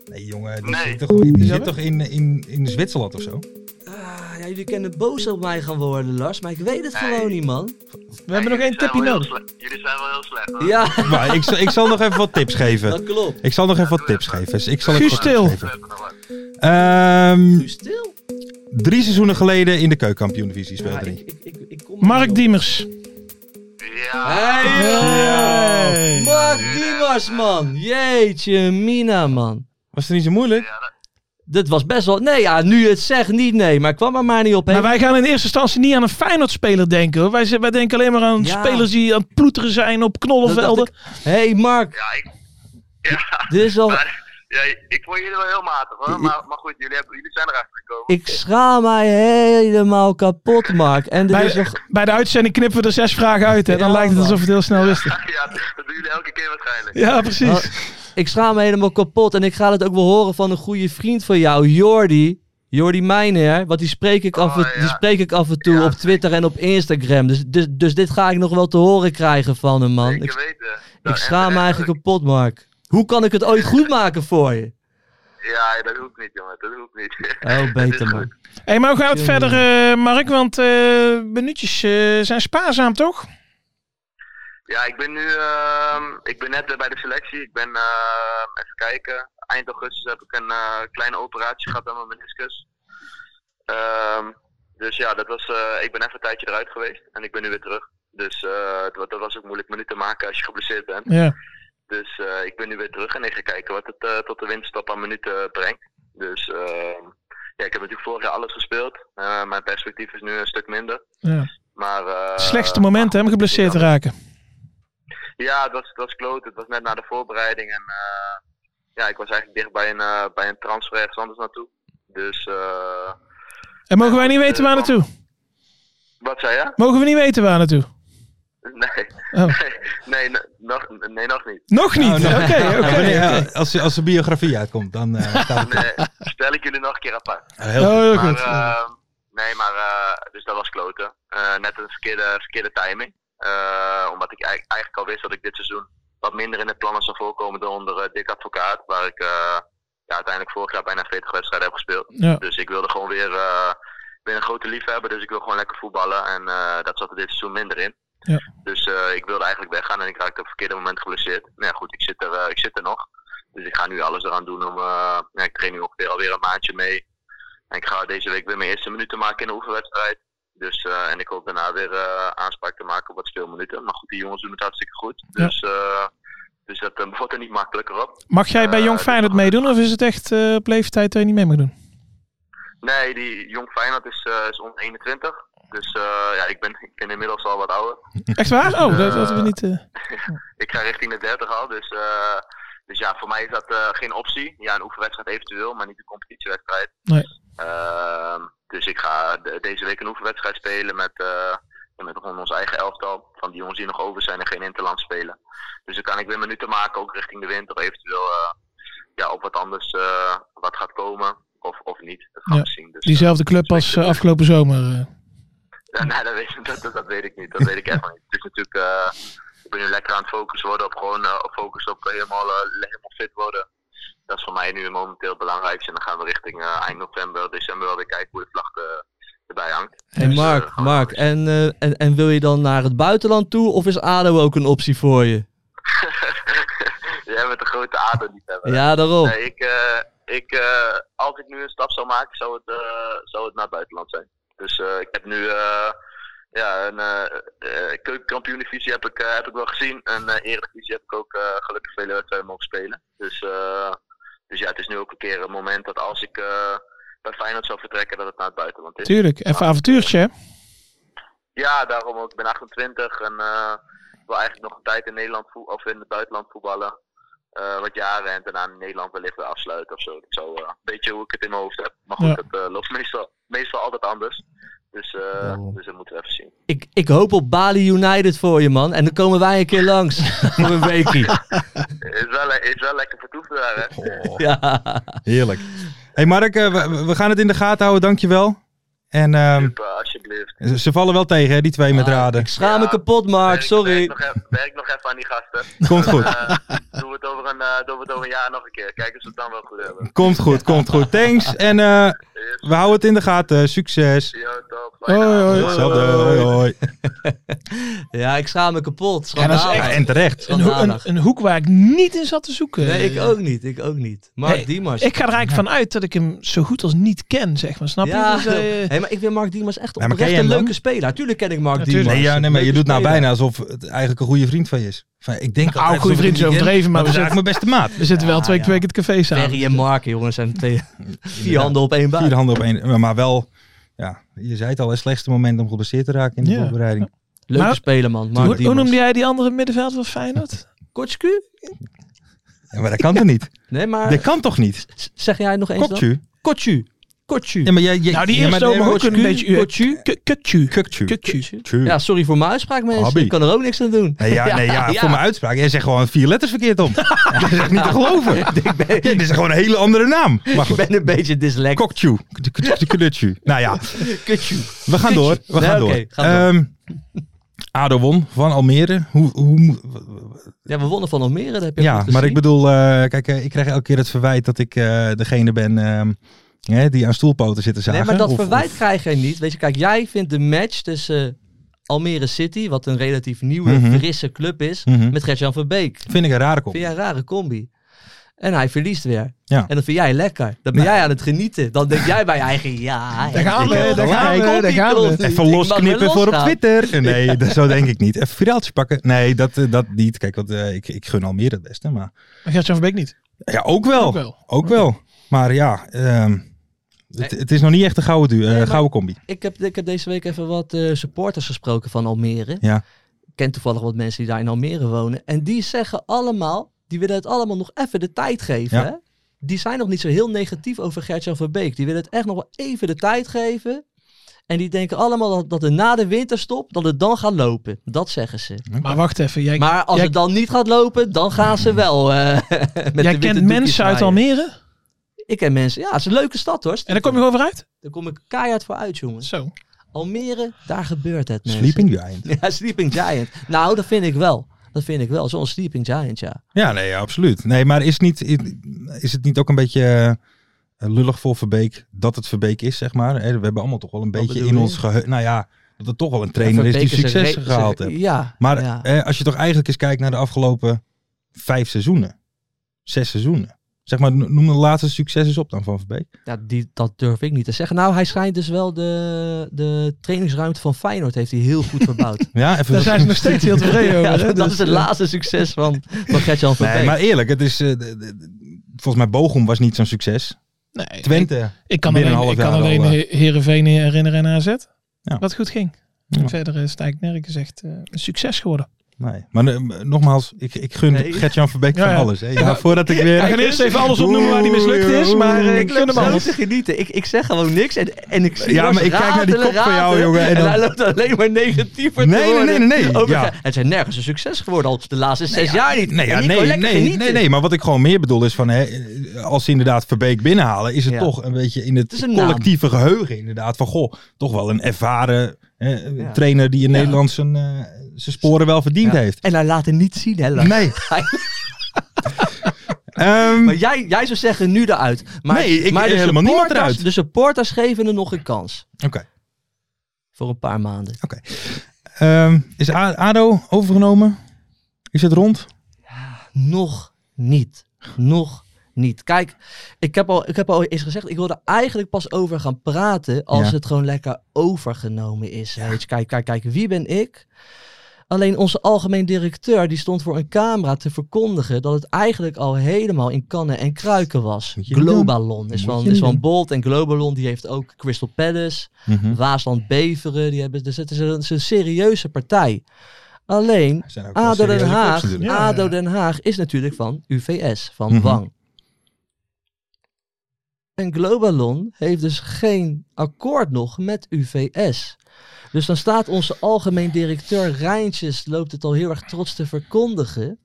Speaker 3: Nee, jongen, die
Speaker 7: Nee.
Speaker 3: zit toch, die zit
Speaker 5: Jammer.
Speaker 3: toch in, in, in Zwitserland of zo?
Speaker 4: Ah, ja, jullie kunnen boos op mij gaan worden, Lars. Maar ik weet het gewoon niet, man.
Speaker 5: We hebben nog
Speaker 7: Jullie
Speaker 5: één
Speaker 7: zijn
Speaker 5: tipje
Speaker 7: wel heel
Speaker 5: nodig.
Speaker 7: slecht. Jullie zijn wel heel slecht, hoor.
Speaker 4: Ja, *laughs*
Speaker 3: Maar ik, zal- ik zal nog even wat tips geven.
Speaker 4: dat klopt.
Speaker 3: Ik zal nog even wat tips geven. Dus Ik zal even
Speaker 5: Guus
Speaker 3: wat
Speaker 5: Til.
Speaker 3: tips geven.
Speaker 7: Even nog wat.
Speaker 3: Ehm,
Speaker 4: Nu stil.
Speaker 3: drie seizoenen geleden in de keukenkampioen divisie
Speaker 4: Ja,
Speaker 3: speelde hij.
Speaker 4: ik, ik, ik, ik kom er
Speaker 5: Mark
Speaker 4: niet op.
Speaker 5: Diemers.
Speaker 7: Ja,
Speaker 4: Hey, joh!
Speaker 5: Hey.
Speaker 4: Mark Dimas, man. Jeetje, Mina, man.
Speaker 3: Was het niet zo moeilijk?
Speaker 7: ja, dat-
Speaker 4: Dit was best wel... Nee, ja, nu het zegt niet nee, maar ik kwam er maar niet op. hè.
Speaker 5: Maar wij gaan in eerste instantie niet aan een Feyenoord-speler denken. Hoor. Wij, z- wij denken alleen maar aan
Speaker 4: Ja.
Speaker 5: spelers die aan het ploeteren zijn
Speaker 4: Dat
Speaker 5: op
Speaker 4: dacht
Speaker 5: knollenvelden.
Speaker 4: ik. hey, Mark.
Speaker 7: ja, ik, ja,
Speaker 4: Dit is wel...
Speaker 7: maar- ja, ik vond jullie wel heel matig hoor. Maar, maar goed, jullie, hebben, jullie zijn erachter gekomen.
Speaker 4: Ik schaam mij helemaal kapot, Mark. En er
Speaker 5: Bij,
Speaker 4: is nog...
Speaker 5: de- bij de uitzending knippen we er zes vragen uit. En dan
Speaker 4: Ja,
Speaker 5: lijkt het
Speaker 4: man.
Speaker 5: alsof we het heel snel wisten.
Speaker 7: *laughs* Ja, dat doen jullie elke keer waarschijnlijk.
Speaker 5: Ja, precies.
Speaker 4: Oh, ik schaam me helemaal kapot. En ik ga het ook wel horen van een goede vriend van jou, Jordi. Jordi Meijner. Want die spreek ik af, en-
Speaker 7: Oh, ja.
Speaker 4: die spreek ik af en toe
Speaker 7: Ja,
Speaker 4: op Twitter en op Instagram. Dus, dus, dus dit ga ik nog wel te horen krijgen van hem, man.
Speaker 7: Zeker
Speaker 4: Ik,
Speaker 7: weten. Nou,
Speaker 4: ik
Speaker 7: en
Speaker 4: schaam me
Speaker 7: terecht
Speaker 4: eigenlijk kapot, Mark. Hoe kan ik het ooit goed maken voor
Speaker 7: *laughs*
Speaker 4: je?
Speaker 7: ook. Ja, dat hoeft niet jongen, dat hoeft niet.
Speaker 4: Oh,
Speaker 7: Dat is
Speaker 4: beter, man.
Speaker 7: goed.
Speaker 5: hey, maar hoe gaan we het
Speaker 4: Jongen.
Speaker 5: verder, eh, Mark? Want eh, minuutjes eh, zijn spaarzaam, toch?
Speaker 7: Ja, ik ben nu, ehm, ik ben net eh, bij de selectie. Ik ben, ehm, even kijken, eind augustus heb ik een eh, kleine operatie gehad aan mijn meniscus. Ehm, dus ja, dat was, eh, ik ben even een tijdje eruit geweest en ik ben nu weer terug. Dus eh, dat, dat was ook moeilijk minuten maken als je geblesseerd bent.
Speaker 5: Ja.
Speaker 7: Dus eh, ik ben nu weer terug en ik ga kijken wat het eh, tot de winterstop aan minuten brengt. Dus ehm, ja, ik heb natuurlijk vorig jaar alles gespeeld. Eh, mijn perspectief is nu een stuk minder.
Speaker 5: ja.
Speaker 7: Maar, eh,
Speaker 5: Slechtste moment, hè, om geblesseerd te raken.
Speaker 7: Ja, het was, het was kloot. Het was net na de voorbereiding. En eh, ja, ik was eigenlijk dicht bij een, eh, bij een transfer ergens anders naartoe. Dus eh,
Speaker 5: En mogen wij niet weten waar naartoe?
Speaker 7: wat zei je? *laughs*
Speaker 5: Mogen we niet weten waar naartoe?
Speaker 7: Nee,
Speaker 5: Oh.
Speaker 7: *laughs* nee, n- nog, nee, nog niet.
Speaker 5: Nog niet?
Speaker 3: Oh,
Speaker 4: Nou,
Speaker 5: Oké,
Speaker 3: nog- *laughs*
Speaker 5: oké.
Speaker 3: Ja, wanneer- ja, als, als de biografie uitkomt, dan eh,
Speaker 5: *laughs*
Speaker 3: staat het
Speaker 7: Nee, stel ik jullie nog een keer apart.
Speaker 3: er heel
Speaker 5: Oh,
Speaker 3: goed.
Speaker 5: heel
Speaker 7: Maar,
Speaker 5: goed.
Speaker 7: eh, nee, maar eh, dus dat was kloten. Eh, net een verkeerde, verkeerde timing. Eh, omdat ik eigenlijk, eigenlijk al wist dat ik dit seizoen wat minder in de plannen zou voorkomen dan onder eh, Dick Advocaat. Waar ik eh, ja, uiteindelijk vorig jaar bijna 40 wedstrijden heb gespeeld.
Speaker 5: Ja.
Speaker 7: Dus ik wilde gewoon weer. eh, ik ben een grote liefhebber, dus ik wil gewoon lekker voetballen. En eh, dat zat er dit seizoen minder in.
Speaker 5: Ja.
Speaker 7: Dus eh, ik wilde eigenlijk weggaan en ik raakte op het verkeerde moment geblesseerd. Nou ja, goed, ik zit, er, eh, ik zit er nog. Dus ik ga nu alles eraan doen om. eh, ja, ik train nu ongeveer alweer een maandje mee. En ik ga deze week weer mijn eerste minuten maken in de oefenwedstrijd. Dus, eh, en ik hoop daarna weer eh, aanspraak te maken op wat speelminuten. Maar goed, die jongens doen het hartstikke goed.
Speaker 5: Ja.
Speaker 7: Dus, eh, dus dat eh, *laughs* wordt er niet makkelijker op.
Speaker 5: Mag jij bij Jong
Speaker 7: eh,
Speaker 5: Feyenoord
Speaker 7: dat-
Speaker 5: meedoen? Of is het echt eh, op leeftijd dat je niet mee mag doen?
Speaker 7: Nee, die Jong Feyenoord is, eh is onder 21. Dus eh, ja, ik ben, ik ben inmiddels al wat ouder.
Speaker 5: Echt waar? Oh, dat hadden we niet... eh,
Speaker 7: Ik ga richting de 30 al. Dus, eh, dus ja, voor mij is dat eh, geen optie. Ja, een oefenwedstrijd eventueel, maar niet een competitiewedstrijd.
Speaker 5: Nee.
Speaker 7: Ehm, dus ik ga de- deze week een oefenwedstrijd spelen met, eh, met gewoon ons eigen elftal. Van die jongens die nog over zijn en geen interland spelen. Dus dan kan ik weer minuten maken, ook richting de winter. Eventueel eh, ja, op wat anders eh, wat gaat komen. Of, of niet. Dat gaan
Speaker 5: Ja,
Speaker 7: we zien. Dus, eh,
Speaker 5: Diezelfde club als eh, afgelopen zomer. eh.
Speaker 7: Ja, nee, dat weet, dat, dat- dat weet ik niet. Dat weet ik echt niet. Het is natuurlijk, eh, ik ben nu lekker aan het focussen worden op gewoon eh, op focus op helemaal, eh, helemaal fit worden. Dat is voor mij nu momenteel het belangrijkste. En dan gaan we richting eh, eind november, december wel weer kijken hoe de vlag eh, erbij hangt. *laughs*
Speaker 4: Hey,
Speaker 7: Dus, eh,
Speaker 4: Mark,
Speaker 7: gaan we
Speaker 4: Mark. En, eh, en, en wil je dan naar het buitenland toe? Of is ADO ook een optie voor je?
Speaker 7: Jij bent een grote ader niet hebben.
Speaker 4: Ja, daarom.
Speaker 7: Nee, ik, eh, ik, eh, als ik nu een stap zou maken, zou het, eh, zou het naar het buitenland zijn. Dus eh, ik heb nu eh, ja, een eh eh keukenkampioendivisie heb ik, eh, heb ik wel gezien. En eh eredivisie heb ik ook eh, gelukkig vele wedstrijden mogen spelen. Dus, eh, dus ja, het is nu ook een keer een moment dat als ik eh, bij Feyenoord zou vertrekken, dat het naar het buitenland is.
Speaker 5: Tuurlijk, even avontuurtje. hè?
Speaker 7: Ja, daarom ook. Ik ben 28 en eh, ik wil eigenlijk nog een tijd in Nederland voe- of in het buitenland voetballen. Eh, wat jaren en daarna in Nederland wellicht weer afsluiten of zo. Dat zou eh, een beetje hoe ik het in mijn hoofd heb. Maar goed,
Speaker 5: Ja.
Speaker 7: dat eh, loopt meestal, meestal altijd anders. Dus, eh,
Speaker 4: Daarom.
Speaker 7: dus dat moeten we even zien.
Speaker 4: Ik, ik hoop op Bali United voor je, man. En dan komen wij een keer langs.
Speaker 3: *laughs*
Speaker 4: voor een weekie.
Speaker 7: Is wel, le- is wel lekker vertoefd daar, hè?
Speaker 3: Oh,
Speaker 4: Ja.
Speaker 3: heerlijk. hey Mark, eh, we, we gaan het in de gaten houden, dankjewel. En ehm,
Speaker 7: Super, eh, alsjeblieft.
Speaker 3: ze, ze vallen wel tegen, hè, die twee met
Speaker 4: Ah,
Speaker 3: raden.
Speaker 4: Ik schaam me
Speaker 7: Ja.
Speaker 4: kapot,
Speaker 5: Ah,
Speaker 4: Mark.
Speaker 7: Werk- Werk
Speaker 4: Sorry.
Speaker 7: nog, even, werk nog even aan die gasten.
Speaker 3: Komt
Speaker 5: *laughs*
Speaker 3: goed,
Speaker 7: Eh, doen, we het over een, eh, doen we het over een jaar nog een keer. Kijken of ze het dan wel goed hebben.
Speaker 3: komt goed, komt goed. Thanks en eh,
Speaker 7: Yes.
Speaker 3: we houden het in de gaten. Succes.
Speaker 7: Yo, top.
Speaker 5: Hoi, hoi.
Speaker 3: Hetzelfde, hoi, hoi.
Speaker 4: Ja, ik schaam me kapot.
Speaker 5: Ja, dat is
Speaker 4: Schandalig.
Speaker 3: En terecht.
Speaker 5: Een, ho- een,
Speaker 4: Schandalig.
Speaker 5: een hoek waar ik niet in zat te
Speaker 3: eh,
Speaker 5: zoeken.
Speaker 4: Nee, ik ook niet. Ik ook niet. Mark
Speaker 5: Nee,
Speaker 4: Diemers.
Speaker 5: Ik ga er eigenlijk van uit dat ik hem zo goed als niet ken, zeg maar. Snap
Speaker 4: ja,
Speaker 5: je? Dus, eh,
Speaker 4: *laughs* hey, maar ik vind Mark Diemers echt
Speaker 3: Ja, maar ken jij
Speaker 4: oprecht een
Speaker 3: hem dan?
Speaker 4: leuke speler. Tuurlijk ken ik Mark
Speaker 5: Ja,
Speaker 4: Diemers.
Speaker 5: tuurlijk.
Speaker 3: Nee, ja, nee, maar je
Speaker 4: Leuke
Speaker 3: doet nou
Speaker 4: speler.
Speaker 3: bijna alsof het eigenlijk een goede vriend van je is. Enfin, ik denk
Speaker 5: Nou,
Speaker 3: altijd alsof ik
Speaker 5: goede vriend is
Speaker 3: hem niet ken,
Speaker 5: overdreven, maar
Speaker 3: dat is
Speaker 5: we
Speaker 3: eigenlijk mijn beste maat.
Speaker 5: we zitten wel
Speaker 4: Ja,
Speaker 5: twee
Speaker 4: ja.
Speaker 5: weken het café samen.
Speaker 4: Ferry en Mark, jongens, zijn
Speaker 3: *laughs*
Speaker 4: twee, *laughs* vier handen op één buik.
Speaker 3: Vier handen op één. Maar wel, ja, je zei het al, het slechtste moment om geblesseerd te raken in de
Speaker 5: Ja.
Speaker 3: voorbereiding.
Speaker 4: Leuke
Speaker 5: Maar-
Speaker 4: speler, man. Mark
Speaker 5: Hoe, hoe
Speaker 4: Diemers.
Speaker 5: noemde jij die andere middenveld van Feyenoord?
Speaker 4: Kotsku?
Speaker 3: Ja, maar dat kan toch niet?
Speaker 4: Nee, maar
Speaker 3: Dat kan toch niet?
Speaker 4: s- zeg jij nog eens dan?
Speaker 3: Kokju.
Speaker 4: Kotju. Kotju.
Speaker 3: Ja, maar jij, jij,
Speaker 5: nou, die
Speaker 3: ja, maar-
Speaker 5: eerste
Speaker 3: nee,
Speaker 5: oma
Speaker 3: maar-
Speaker 5: ook een
Speaker 3: Kutju.
Speaker 5: beetje... u-
Speaker 4: Kutju.
Speaker 5: K- Kutju.
Speaker 3: Kutju.
Speaker 5: Kutju.
Speaker 3: Kutju.
Speaker 4: Ja, sorry voor mijn uitspraak, mensen.
Speaker 3: Hobby.
Speaker 4: Ik kan er ook niks aan doen.
Speaker 3: Nee, ja, nee, ja, voor mijn uitspraak. Jij zegt gewoon vier letters verkeerd om. Dat is echt niet te geloven. Ja, dit is gewoon een hele andere naam. Maar
Speaker 4: *laughs* Ik
Speaker 3: goed.
Speaker 4: ben een beetje dyslect.
Speaker 3: Kokju. Kutju. Nou ja,
Speaker 4: Kotju.
Speaker 3: we gaan door. We
Speaker 4: Nee,
Speaker 3: gaan door.
Speaker 4: oké, ga
Speaker 3: Ehm, ADO won van Almere. Hoe, hoe, mo-
Speaker 4: Ja, we wonnen van Almere, dat heb je
Speaker 3: ja,
Speaker 4: goed
Speaker 3: maar ik
Speaker 4: gezien.
Speaker 3: bedoel, eh, kijk, eh, ik krijg elke keer het verwijt dat ik eh, degene ben ehm, hè, die aan stoelpoten zitten zagen.
Speaker 4: Nee, maar dat
Speaker 3: Of-
Speaker 4: verwijt
Speaker 3: of-
Speaker 4: krijg jij niet. Weet je, kijk, jij vindt de match tussen eh, Almere City, wat een relatief nieuwe,
Speaker 3: Mhm.
Speaker 4: frisse club is,
Speaker 3: Mhm.
Speaker 4: met Gert-Jan Verbeek.
Speaker 3: vind ik een rare kop.
Speaker 4: Vind jij een rare combi. En hij verliest weer.
Speaker 3: Ja.
Speaker 4: En dat vind jij lekker. Dan ben jij aan het genieten. Dan denk jij bij je eigen, ja.
Speaker 5: Daar
Speaker 4: ik-
Speaker 5: gaan we,
Speaker 4: ik-
Speaker 5: daar
Speaker 4: ik-
Speaker 5: gaan we,
Speaker 4: combi
Speaker 5: daar gaan we.
Speaker 4: klopt niet.
Speaker 3: Even
Speaker 4: Ik mag weer
Speaker 3: losknippen voor op
Speaker 4: losgaan.
Speaker 3: Twitter. *laughs* Nee, dat, zo denk ik niet. Even viraaltje pakken. Nee, dat, eh, dat niet. Kijk, want, eh, ik, ik gun Almere het beste. Maar
Speaker 5: Maar Gert-Jan Verbeek niet.
Speaker 3: ja, ook
Speaker 4: Oh.
Speaker 3: wel.
Speaker 5: Ook
Speaker 3: Ook
Speaker 5: wel.
Speaker 3: wel. Maar ja, ehm, het, het is nog niet echt een gouden, du- eh,
Speaker 4: maar-
Speaker 3: gouden combi.
Speaker 4: Ik heb, ik heb deze week even wat eh, supporters gesproken van Almere.
Speaker 3: Ja.
Speaker 4: Ik ken toevallig wat mensen die daar in Almere wonen. En die zeggen allemaal, die willen het allemaal nog even de tijd geven.
Speaker 3: Ja.
Speaker 4: Hè? Die zijn nog niet zo heel negatief over Gertjan Verbeek. Die willen het echt nog wel even de tijd geven. En die denken allemaal dat, dat er na de winterstop, dat het dan gaat lopen. Dat zeggen ze.
Speaker 5: Maar wacht even. Jij,
Speaker 4: Maar als
Speaker 5: jij,
Speaker 4: het dan niet gaat lopen, dan gaan ze wel. eh, *laughs* met de
Speaker 5: jij
Speaker 4: witte
Speaker 5: kent
Speaker 4: doekjes
Speaker 5: mensen uit
Speaker 4: zwaaien.
Speaker 5: Almere?
Speaker 4: Ik ken mensen. Ja, het is een leuke stad hoor.
Speaker 5: En daar kom je gewoon voor uit?
Speaker 4: Daar kom ik keihard voor uit, jongens.
Speaker 5: Zo.
Speaker 4: Almere, daar gebeurt het. Mensen.
Speaker 3: Sleeping Giant.
Speaker 4: *laughs* Ja, Sleeping Giant. Nou, dat vind ik wel. Dat vind ik wel. Zo'n Sleeping Giant, ja.
Speaker 3: Ja, nee, ja, absoluut. Nee, maar is, niet, is het niet ook een beetje eh, lullig voor Verbeek dat het Verbeek is, zeg maar? Hè, We hebben allemaal toch wel een beetje
Speaker 4: bedoel
Speaker 3: in
Speaker 4: je?
Speaker 3: ons geheugen... Nou ja, dat het toch wel een trainer is die
Speaker 4: Verbeek een
Speaker 3: succes
Speaker 4: re-
Speaker 3: gehaald
Speaker 4: ze-
Speaker 3: heeft.
Speaker 4: Ja.
Speaker 3: Maar
Speaker 4: ja.
Speaker 3: eh, als je toch eigenlijk eens kijkt naar de afgelopen vijf seizoenen, zes seizoenen. Zeg maar, no- noem de laatste successen op dan van Verbeek.
Speaker 4: Ja, die, dat durf ik niet te zeggen. Nou, hij schijnt dus wel de, de trainingsruimte van Feyenoord heeft hij heel goed
Speaker 3: *laughs*
Speaker 4: verbouwd.
Speaker 3: Ja, even
Speaker 5: Daar zijn ze nog steeds heel
Speaker 3: *laughs*
Speaker 5: tevreden
Speaker 4: *laughs* Ja,
Speaker 5: over. hè?
Speaker 4: dat
Speaker 5: Dus,
Speaker 4: is het
Speaker 5: eh,
Speaker 4: laatste succes van, van Gertjan Verbeek.
Speaker 3: Nee, maar eerlijk, het is, eh, de- de- de- volgens mij Bochum was niet zo'n succes.
Speaker 5: Nee, ik,
Speaker 3: Twente,
Speaker 5: ik kan
Speaker 3: binnen een
Speaker 5: alleen, ik
Speaker 3: half
Speaker 5: kan
Speaker 3: jaar
Speaker 5: alleen
Speaker 3: al, eh,
Speaker 5: He- Heerenveen herinneren en AZ.
Speaker 3: Ja.
Speaker 5: Wat goed ging.
Speaker 3: Ja.
Speaker 5: Verder is het eigenlijk nergens echt eh, een succes geworden.
Speaker 3: nee. Maar eh, nogmaals, ik, ik gun
Speaker 4: Nee.
Speaker 3: Gert-Jan Verbeek
Speaker 5: Ja,
Speaker 3: van
Speaker 5: ja.
Speaker 3: alles. Hè. Ja, voordat ik
Speaker 5: Ik
Speaker 3: weer...
Speaker 5: ga eerst even alles opnoemen waar die mislukt is, maar eh, ik gun hem
Speaker 4: zo
Speaker 5: alles.
Speaker 4: te genieten. Ik, ik zeg gewoon niks en, en ik zie
Speaker 3: Ja,
Speaker 4: Lars
Speaker 3: maar ik kijk naar die
Speaker 4: ratelen,
Speaker 3: kop van jou,
Speaker 4: ratelen
Speaker 3: jongen, en
Speaker 4: En,
Speaker 3: dan-
Speaker 4: hij loopt alleen maar negatiever
Speaker 3: Nee,
Speaker 4: te
Speaker 3: nee, nee,
Speaker 4: worden.
Speaker 3: nee, nee,
Speaker 4: Over-
Speaker 3: ja.
Speaker 4: Het zijn nergens een succes geworden, al de laatste zes jaar niet.
Speaker 3: Nee, ja,
Speaker 4: En Nico,
Speaker 3: nee,
Speaker 4: lekker
Speaker 3: nee,
Speaker 4: genieten.
Speaker 3: nee, nee, maar wat ik gewoon meer bedoel is van, hè, eh, als ze inderdaad Verbeek binnenhalen, is het
Speaker 4: Ja.
Speaker 3: toch een beetje in het,
Speaker 4: is een
Speaker 3: collectieve geheugen inderdaad van, goh, toch wel een ervaren eh,
Speaker 4: Ja.
Speaker 3: trainer die in
Speaker 4: Ja.
Speaker 3: Nederland zijn, eh, zijn sporen wel verdiend
Speaker 4: Ja.
Speaker 3: heeft.
Speaker 4: En hij laat het niet zien, hè, Lars.
Speaker 3: Nee. Ehm,
Speaker 4: *laughs* Maar jij, jij zou zeggen nu eruit. Maar,
Speaker 3: Nee, ik-
Speaker 4: maar de
Speaker 3: helemaal niemand
Speaker 4: supporters-
Speaker 3: eruit.
Speaker 4: De supporters geven er nog een kans.
Speaker 3: Oké.
Speaker 4: Voor een paar maanden.
Speaker 3: Ehm, is A- ADO overgenomen? Is het rond?
Speaker 4: Nog niet. Nog niet. Kijk, ik heb al, ik heb al eens gezegd, ik wilde eigenlijk pas over gaan praten als
Speaker 3: Ja.
Speaker 4: het gewoon lekker overgenomen is. Weet je, Kijk, kijk, kijk, wie ben ik? Alleen onze algemeen directeur die stond voor een camera te verkondigen dat het eigenlijk al helemaal in kannen en kruiken was.
Speaker 3: Moet je niet
Speaker 4: Globalon is
Speaker 3: Moet je
Speaker 4: van,
Speaker 3: niet
Speaker 4: is van
Speaker 3: doen. Hm.
Speaker 4: Bolt en Globalon die heeft ook Crystal Palace.
Speaker 3: Mhm.
Speaker 4: Waasland Beveren, die hebben, dus het is een, het is een serieuze partij. Alleen,
Speaker 3: Zijn ook wel
Speaker 4: ADO Den
Speaker 3: serieuze clubs
Speaker 4: Haag,
Speaker 3: natuurlijk.
Speaker 5: Ja,
Speaker 4: ADO
Speaker 5: ja.
Speaker 4: Den Haag is natuurlijk van UVS, van
Speaker 3: Mhm.
Speaker 4: Wang. En Globalon heeft dus geen akkoord nog met UVS. Dus dan staat onze algemeen directeur Rijntjes, loopt het al heel erg trots te verkondigen. Dat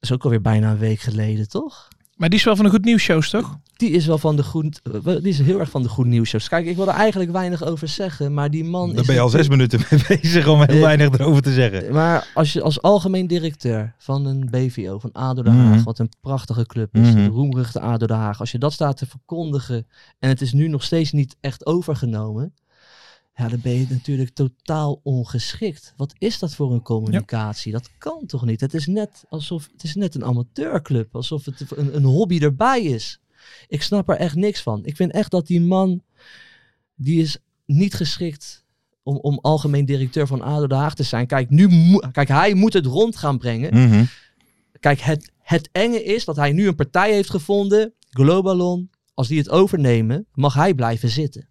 Speaker 4: is ook alweer bijna een week geleden, toch?
Speaker 5: Maar die is wel van de goed nieuws shows, toch?
Speaker 4: die is wel van de goed, eh, die is heel erg van de goed nieuwsshows. Kijk, ik wil er eigenlijk weinig over zeggen, maar die man.
Speaker 3: Daar
Speaker 4: is
Speaker 3: ben je al zes minuten mee *laughs* bezig om heel
Speaker 4: Eh,
Speaker 3: weinig erover te zeggen.
Speaker 4: Maar als je als algemeen directeur van een BVO, van ADO Den
Speaker 3: Mhm.
Speaker 4: Haag, wat een prachtige club is,
Speaker 3: Mhm.
Speaker 4: de roemruchte ADO Den Haag, als je dat staat te verkondigen en het is nu nog steeds niet echt overgenomen, Ja, dan ben je natuurlijk totaal ongeschikt. Wat is dat voor een communicatie? Dat kan toch niet? Het is net alsof het is net een amateurclub, alsof het een, een hobby erbij is. Ik snap er echt niks van. Ik vind echt dat die man, die is niet geschikt om, om algemeen directeur van ADO Den Haag te zijn. Kijk, nu moet- kijk, hij moet het rond gaan brengen.
Speaker 3: Mhm.
Speaker 4: Kijk, het, het enge is dat hij nu een partij heeft gevonden, Globalon. Als die het overnemen, mag hij blijven zitten.
Speaker 3: Ah.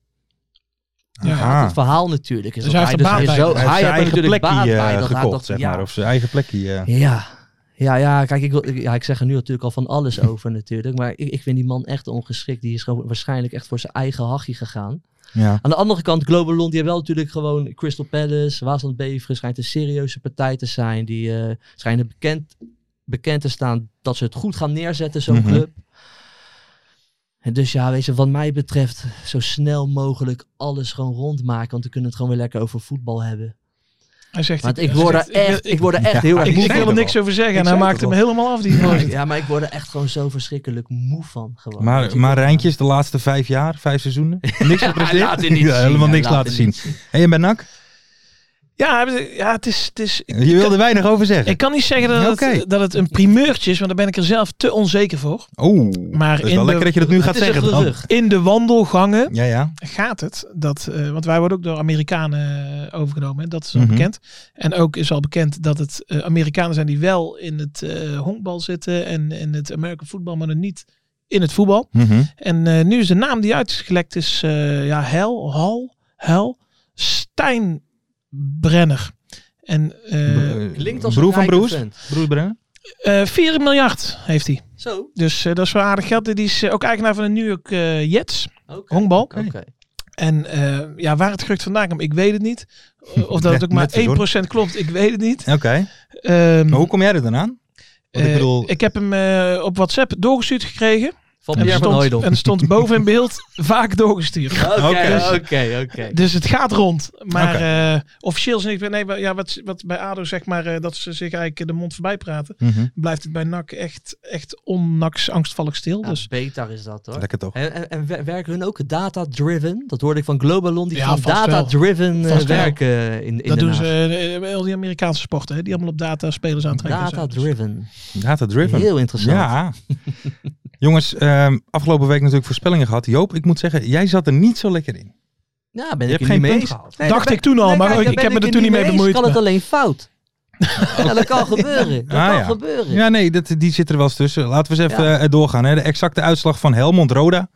Speaker 3: Aha.
Speaker 4: Het verhaal natuurlijk is
Speaker 5: Dus
Speaker 4: dat
Speaker 5: hij heeft er
Speaker 4: dus
Speaker 5: baat
Speaker 4: weer zo,
Speaker 5: bij.
Speaker 3: Hij heeft
Speaker 4: hij
Speaker 3: zijn eigen
Speaker 4: heeft er natuurlijk
Speaker 3: plekje
Speaker 4: baat bij
Speaker 3: eh,
Speaker 4: dat hij
Speaker 3: gekocht,
Speaker 4: dat
Speaker 3: zeg
Speaker 4: ja.
Speaker 3: maar. Of zijn eigen plekje. eh.
Speaker 4: Ja. Ja, ja, kijk, ik, wil, ik- ja, ik zeg er nu natuurlijk al van alles over natuurlijk. Maar ik, ik vind die man echt ongeschikt. Die is gewoon waarschijnlijk echt voor zijn eigen hachje gegaan.
Speaker 3: Ja.
Speaker 4: Aan de andere kant, Globalon, die hebben wel natuurlijk gewoon Crystal Palace, Waasland Beveren, schijnt een serieuze partij te zijn. Die eh, schijnen bekend, bekend te staan dat ze het goed gaan neerzetten, zo'n
Speaker 3: Mhm.
Speaker 4: club. En dus ja, weet je, wat mij betreft, zo snel mogelijk alles gewoon rondmaken. Want we kunnen het gewoon weer lekker over voetbal hebben.
Speaker 5: Hij zegt,
Speaker 4: Want
Speaker 5: hij
Speaker 4: ik word
Speaker 5: zegt,
Speaker 4: er echt,
Speaker 5: Ik,
Speaker 4: ik word er echt heel
Speaker 3: Ja,
Speaker 4: erg
Speaker 5: ik,
Speaker 4: moe
Speaker 5: ik
Speaker 3: zei
Speaker 5: wil
Speaker 4: van.
Speaker 5: er
Speaker 3: het
Speaker 5: niks
Speaker 3: al.
Speaker 5: over zeggen.
Speaker 4: Ik
Speaker 5: En hij
Speaker 4: zei
Speaker 5: maakt
Speaker 4: het
Speaker 5: hem
Speaker 4: al.
Speaker 5: helemaal af, die gozer.
Speaker 4: Ja, maar ik word er echt gewoon zo verschrikkelijk moe van. Gewoon. Weet
Speaker 3: Maar,
Speaker 4: je
Speaker 3: maar
Speaker 4: wel?
Speaker 3: Rijntjes, de laatste vijf jaar, vijf *laughs* seizoenen, niks gepresteerd?
Speaker 4: laat het niet
Speaker 3: *laughs* Ja,
Speaker 4: zien,
Speaker 3: helemaal
Speaker 4: hij
Speaker 3: niks
Speaker 4: laat
Speaker 3: laten
Speaker 4: het
Speaker 3: zien.
Speaker 4: niet
Speaker 3: En je bent nak?
Speaker 5: *laughs* Ja, hij- ja het is... Het is ik,
Speaker 3: Je wilde weinig over zeggen.
Speaker 5: ik kan niet zeggen dat,
Speaker 3: Oké.
Speaker 5: het, dat het een primeurtje is, want daar ben ik er zelf te onzeker voor.
Speaker 3: Oeh,
Speaker 5: Maar
Speaker 3: dat is
Speaker 5: in
Speaker 3: wel
Speaker 5: de-
Speaker 3: lekker dat je dat nu
Speaker 4: Het
Speaker 3: gaat
Speaker 4: is een
Speaker 3: zeggen. dan.
Speaker 4: gerucht.
Speaker 5: In de wandelgangen
Speaker 3: Ja, ja.
Speaker 5: gaat het dat, eh, want wij worden ook door Amerikanen eh, overgenomen, hè, dat is al
Speaker 3: Mhm.
Speaker 5: bekend. En ook is al bekend dat het eh, Amerikanen zijn die wel in het eh honkbal zitten en in het American voetbal, maar dan niet in het voetbal.
Speaker 3: Mhm.
Speaker 5: En eh, nu is de naam die uitgelekt is, eh, ja, Hel, Hal, Hel, Steinbrenner. En eh,
Speaker 3: Eh,
Speaker 4: Klinkt als
Speaker 3: broer
Speaker 4: een
Speaker 3: van
Speaker 4: rijke
Speaker 3: Broes?
Speaker 4: vent.
Speaker 3: Broer Brenner?
Speaker 5: eh, 4 miljard heeft hij.
Speaker 4: Zo.
Speaker 5: Dus eh, dat is wel aardig geld. Die is eh, ook eigenaar van de New York eh, Jets.
Speaker 4: Oké.
Speaker 5: Honkbal.
Speaker 4: Oké.
Speaker 5: En eh, ja, waar het gerucht vandaan komt, ik weet het niet. Eh, Of dat het
Speaker 3: Net-
Speaker 5: ook maar
Speaker 3: net zo, hoor.
Speaker 5: 1% klopt, ik weet het niet.
Speaker 3: Oké,
Speaker 4: Eh,
Speaker 5: Ehm,
Speaker 3: maar hoe kom jij er dan aan? Want ik
Speaker 5: eh,
Speaker 3: bedoel,
Speaker 5: ik heb hem eh, op WhatsApp doorgestuurd gekregen.
Speaker 4: Van
Speaker 5: En
Speaker 4: Pierre van
Speaker 5: stond,
Speaker 4: Hooydonk.
Speaker 5: en stond boven in beeld *laughs* vaak doorgestuurd.
Speaker 4: Oké,
Speaker 3: Oké.
Speaker 4: oké, oké.
Speaker 5: Dus het gaat rond. Maar
Speaker 3: Oké.
Speaker 5: eh, officieel is niks. Nee, wa- ja, wat, wat bij ADO zeg maar eh, dat ze zich eigenlijk de mond voorbij praten.
Speaker 3: mhm,
Speaker 5: Blijft het bij NAC echt, echt onnaks angstvallig stil.
Speaker 4: Ja,
Speaker 5: dus
Speaker 4: beter is dat hoor.
Speaker 3: lekker toch?
Speaker 4: En, en, en wer- werken hun ook data-driven? Dat hoorde ik van Globalon, die
Speaker 5: Ja,
Speaker 4: gaan
Speaker 5: vast wel.
Speaker 4: data-driven eh,
Speaker 5: Vast wel.
Speaker 4: werken in, in
Speaker 5: dat
Speaker 4: Den
Speaker 5: doen ze
Speaker 4: Haag.
Speaker 5: eh, bij al die Amerikaanse sporten. Hè, die allemaal op data spelers aantrekken. en zo.
Speaker 4: Data-driven.
Speaker 3: Data driven.
Speaker 4: Heel interessant.
Speaker 3: Ja.
Speaker 4: *laughs*
Speaker 3: Jongens, ehm, afgelopen week natuurlijk voorspellingen gehad. Joop, ik moet zeggen, jij zat er niet zo lekker in.
Speaker 4: Ja, ben
Speaker 3: Je
Speaker 4: ik
Speaker 3: hebt
Speaker 4: er
Speaker 3: geen
Speaker 4: niet mee
Speaker 3: punt
Speaker 4: eens.
Speaker 3: gehaald.
Speaker 4: Nee,
Speaker 5: Dacht
Speaker 4: daar
Speaker 5: ik toen al,
Speaker 4: nee,
Speaker 5: maar
Speaker 4: kijk,
Speaker 5: ik-
Speaker 4: daar
Speaker 5: ik
Speaker 4: ben
Speaker 5: heb me er toen
Speaker 4: het
Speaker 5: niet mee
Speaker 4: eens.
Speaker 5: bemoeid,
Speaker 4: Kan het
Speaker 5: maar-
Speaker 4: alleen
Speaker 5: *laughs*
Speaker 4: fout? Ja, dat kan gebeuren. Dat
Speaker 3: Ah,
Speaker 4: kan
Speaker 3: ja.
Speaker 4: gebeuren.
Speaker 3: Ja, nee, dat, die zit er wel eens tussen. Laten we eens even
Speaker 4: Ja.
Speaker 3: eh, doorgaan. Hè. De exacte uitslag van Helmond Roda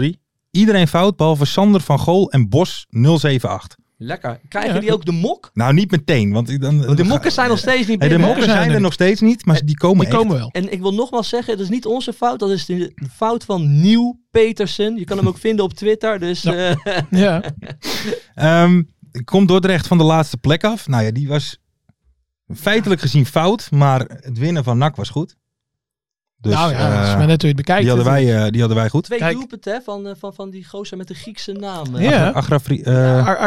Speaker 3: 0-3. Iedereen fout, behalve Sander van Gool en Bos 078.
Speaker 4: Lekker. Krijgen
Speaker 5: Ja.
Speaker 4: die ook de mok?
Speaker 3: Nou, niet meteen. Want dan,
Speaker 4: Want de mokken zijn nog steeds niet
Speaker 3: Hey, de
Speaker 4: binnen.
Speaker 3: mokken zijn er nog steeds niet, maar die komen
Speaker 5: Die
Speaker 3: echt.
Speaker 5: komen wel.
Speaker 4: En ik wil nogmaals zeggen, het is niet onze fout. Dat is de de fout van Nieuw Petersen. Je kan
Speaker 3: *laughs*
Speaker 4: hem ook vinden op Twitter. Dus
Speaker 5: Ja.
Speaker 4: eh, *laughs*
Speaker 5: Ja.
Speaker 3: Dus, Ehm, komt Dordrecht van de laatste plek af. Nou ja, die was feitelijk gezien fout, maar het winnen van NAC was goed. Dus
Speaker 5: nou ja, dat is
Speaker 3: eh,
Speaker 5: maar net hoe je het bekijkt.
Speaker 3: die, hadden wij, eh, die hadden wij goed.
Speaker 4: twee
Speaker 5: Kijk.
Speaker 4: doelpunten hè, van, eh, van, van die gozer met de Griekse naam. eh.
Speaker 5: Ja.
Speaker 3: Agrafri, eh,
Speaker 5: Ar-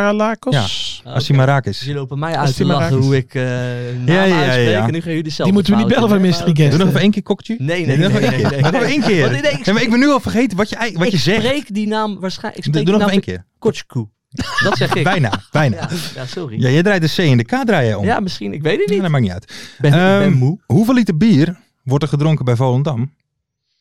Speaker 5: Agrafisaralakos.
Speaker 4: Ah, oké.
Speaker 3: Asimarakis.
Speaker 4: Dus jullie lopen mij uit te
Speaker 5: die maar
Speaker 4: lachen
Speaker 5: raakt.
Speaker 4: hoe ik eh naam
Speaker 3: Ja, ja, ja,
Speaker 4: uitspreek.
Speaker 3: ja.
Speaker 4: En nu gaan jullie zelf
Speaker 5: Die moeten we niet bellen van Mystery
Speaker 3: Doe
Speaker 5: Guest.
Speaker 3: nog even één keer kokkertje.
Speaker 4: Nee, nee,
Speaker 3: nog
Speaker 4: nee,
Speaker 3: even
Speaker 4: nee,
Speaker 3: één
Speaker 4: nee,
Speaker 3: keer. Nog
Speaker 4: nee.
Speaker 3: even één keer.
Speaker 4: Want ik denk-
Speaker 3: Nee, maar ik ben nu al vergeten wat je, ei- wat je
Speaker 4: ik
Speaker 3: zegt.
Speaker 4: spreek Eh, die naam waarschijnlijk... Ik
Speaker 3: Doe
Speaker 4: spreek
Speaker 3: nog
Speaker 4: die
Speaker 3: even
Speaker 4: naam
Speaker 3: één keer.
Speaker 4: Kotschkoe. Dat
Speaker 3: *laughs*
Speaker 4: zeg ik.
Speaker 3: Bijna, bijna.
Speaker 4: Ja,
Speaker 3: Ja.
Speaker 4: ja, sorry. Ja,
Speaker 3: jij draait de C en de K draai je om.
Speaker 4: misschien. Ik weet het
Speaker 3: Nee,
Speaker 4: niet.
Speaker 3: dat maakt niet uit.
Speaker 4: ben, ik ben
Speaker 3: Ehm,
Speaker 4: moe.
Speaker 3: Hoeveel liter bier wordt er gedronken bij Volendam?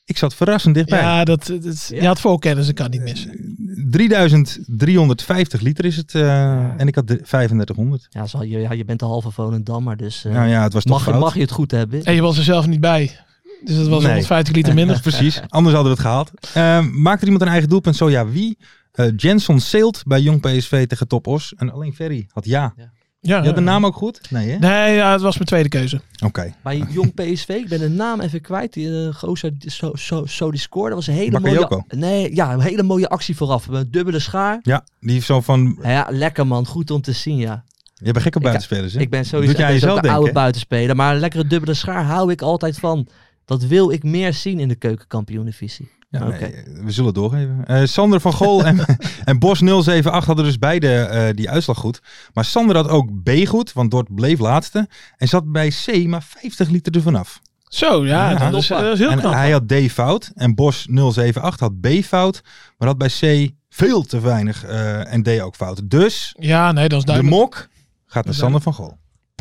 Speaker 3: Ik zat verrassend dichtbij.
Speaker 5: Ja, dat, dat, dat- je had voorkennis, dat kan niet missen.
Speaker 3: 3350 liter is het. eh, En ik had de- 3500.
Speaker 4: Ja, zal je, ja, je bent de halve Volendammer, dus... eh,
Speaker 3: nou ja, het was toch
Speaker 4: mag, je,
Speaker 3: fout.
Speaker 4: mag je het goed hebben?
Speaker 5: En je was er zelf niet bij. Dus dat was
Speaker 3: Nee.
Speaker 5: 150 liter minder.
Speaker 3: *laughs* Precies, anders hadden we het gehaald. Ehm, maakt er iemand een eigen doelpunt? Zo ja, wie? Eh Jenson Seelt bij Jong PSV tegen Top Os. En alleen Ferry had ja.
Speaker 5: Ja,
Speaker 3: *laughs* Je had de naam ook goed? Ehm. Nee hè?
Speaker 5: Nee, ja, het was mijn tweede keuze.
Speaker 3: Oké. *laughs*
Speaker 4: Bij jong PSV, ik ben de naam even kwijt. Die eh, gozer, die- zo, zo, zo die scoorde. Dat was een hele
Speaker 3: Bakayoko.
Speaker 4: mooie. Nee, ja, een hele mooie actie vooraf. Een dubbele schaar.
Speaker 3: Ja, die heeft zo van...
Speaker 4: Ja, ja, lekker man, goed om te zien, ja.
Speaker 3: Je bent gek op buitenspelers hè?
Speaker 4: Ik ben sowieso
Speaker 3: Doet jij
Speaker 4: ik ben
Speaker 3: jezelf
Speaker 4: ook een
Speaker 3: denken,
Speaker 4: oude
Speaker 3: hè?
Speaker 4: buitenspeler, maar een lekkere dubbele schaar hou ik altijd van. Dat wil ik meer zien in de keukenkampioenenvisie.
Speaker 3: Ja,
Speaker 4: Oké.
Speaker 3: nee, we zullen het doorgeven. Eh, Sander van Gol en, *laughs* en Bos 078 hadden dus beide eh, die uitslag goed. Maar Sander had ook B goed, want Dort bleef laatste. En zat bij C maar 50 liter er vanaf.
Speaker 5: Zo, ja, eh,
Speaker 3: Ja.
Speaker 5: dat, is, dat is heel
Speaker 3: En eh,
Speaker 5: knap.
Speaker 3: hij had D fout en Bos 078 had B fout, maar had bij C veel te weinig eh, en deed ook fouten. Dus
Speaker 5: Ja, nee, dat is
Speaker 3: de
Speaker 5: duidelijk.
Speaker 3: mok gaat naar Sander van Gol.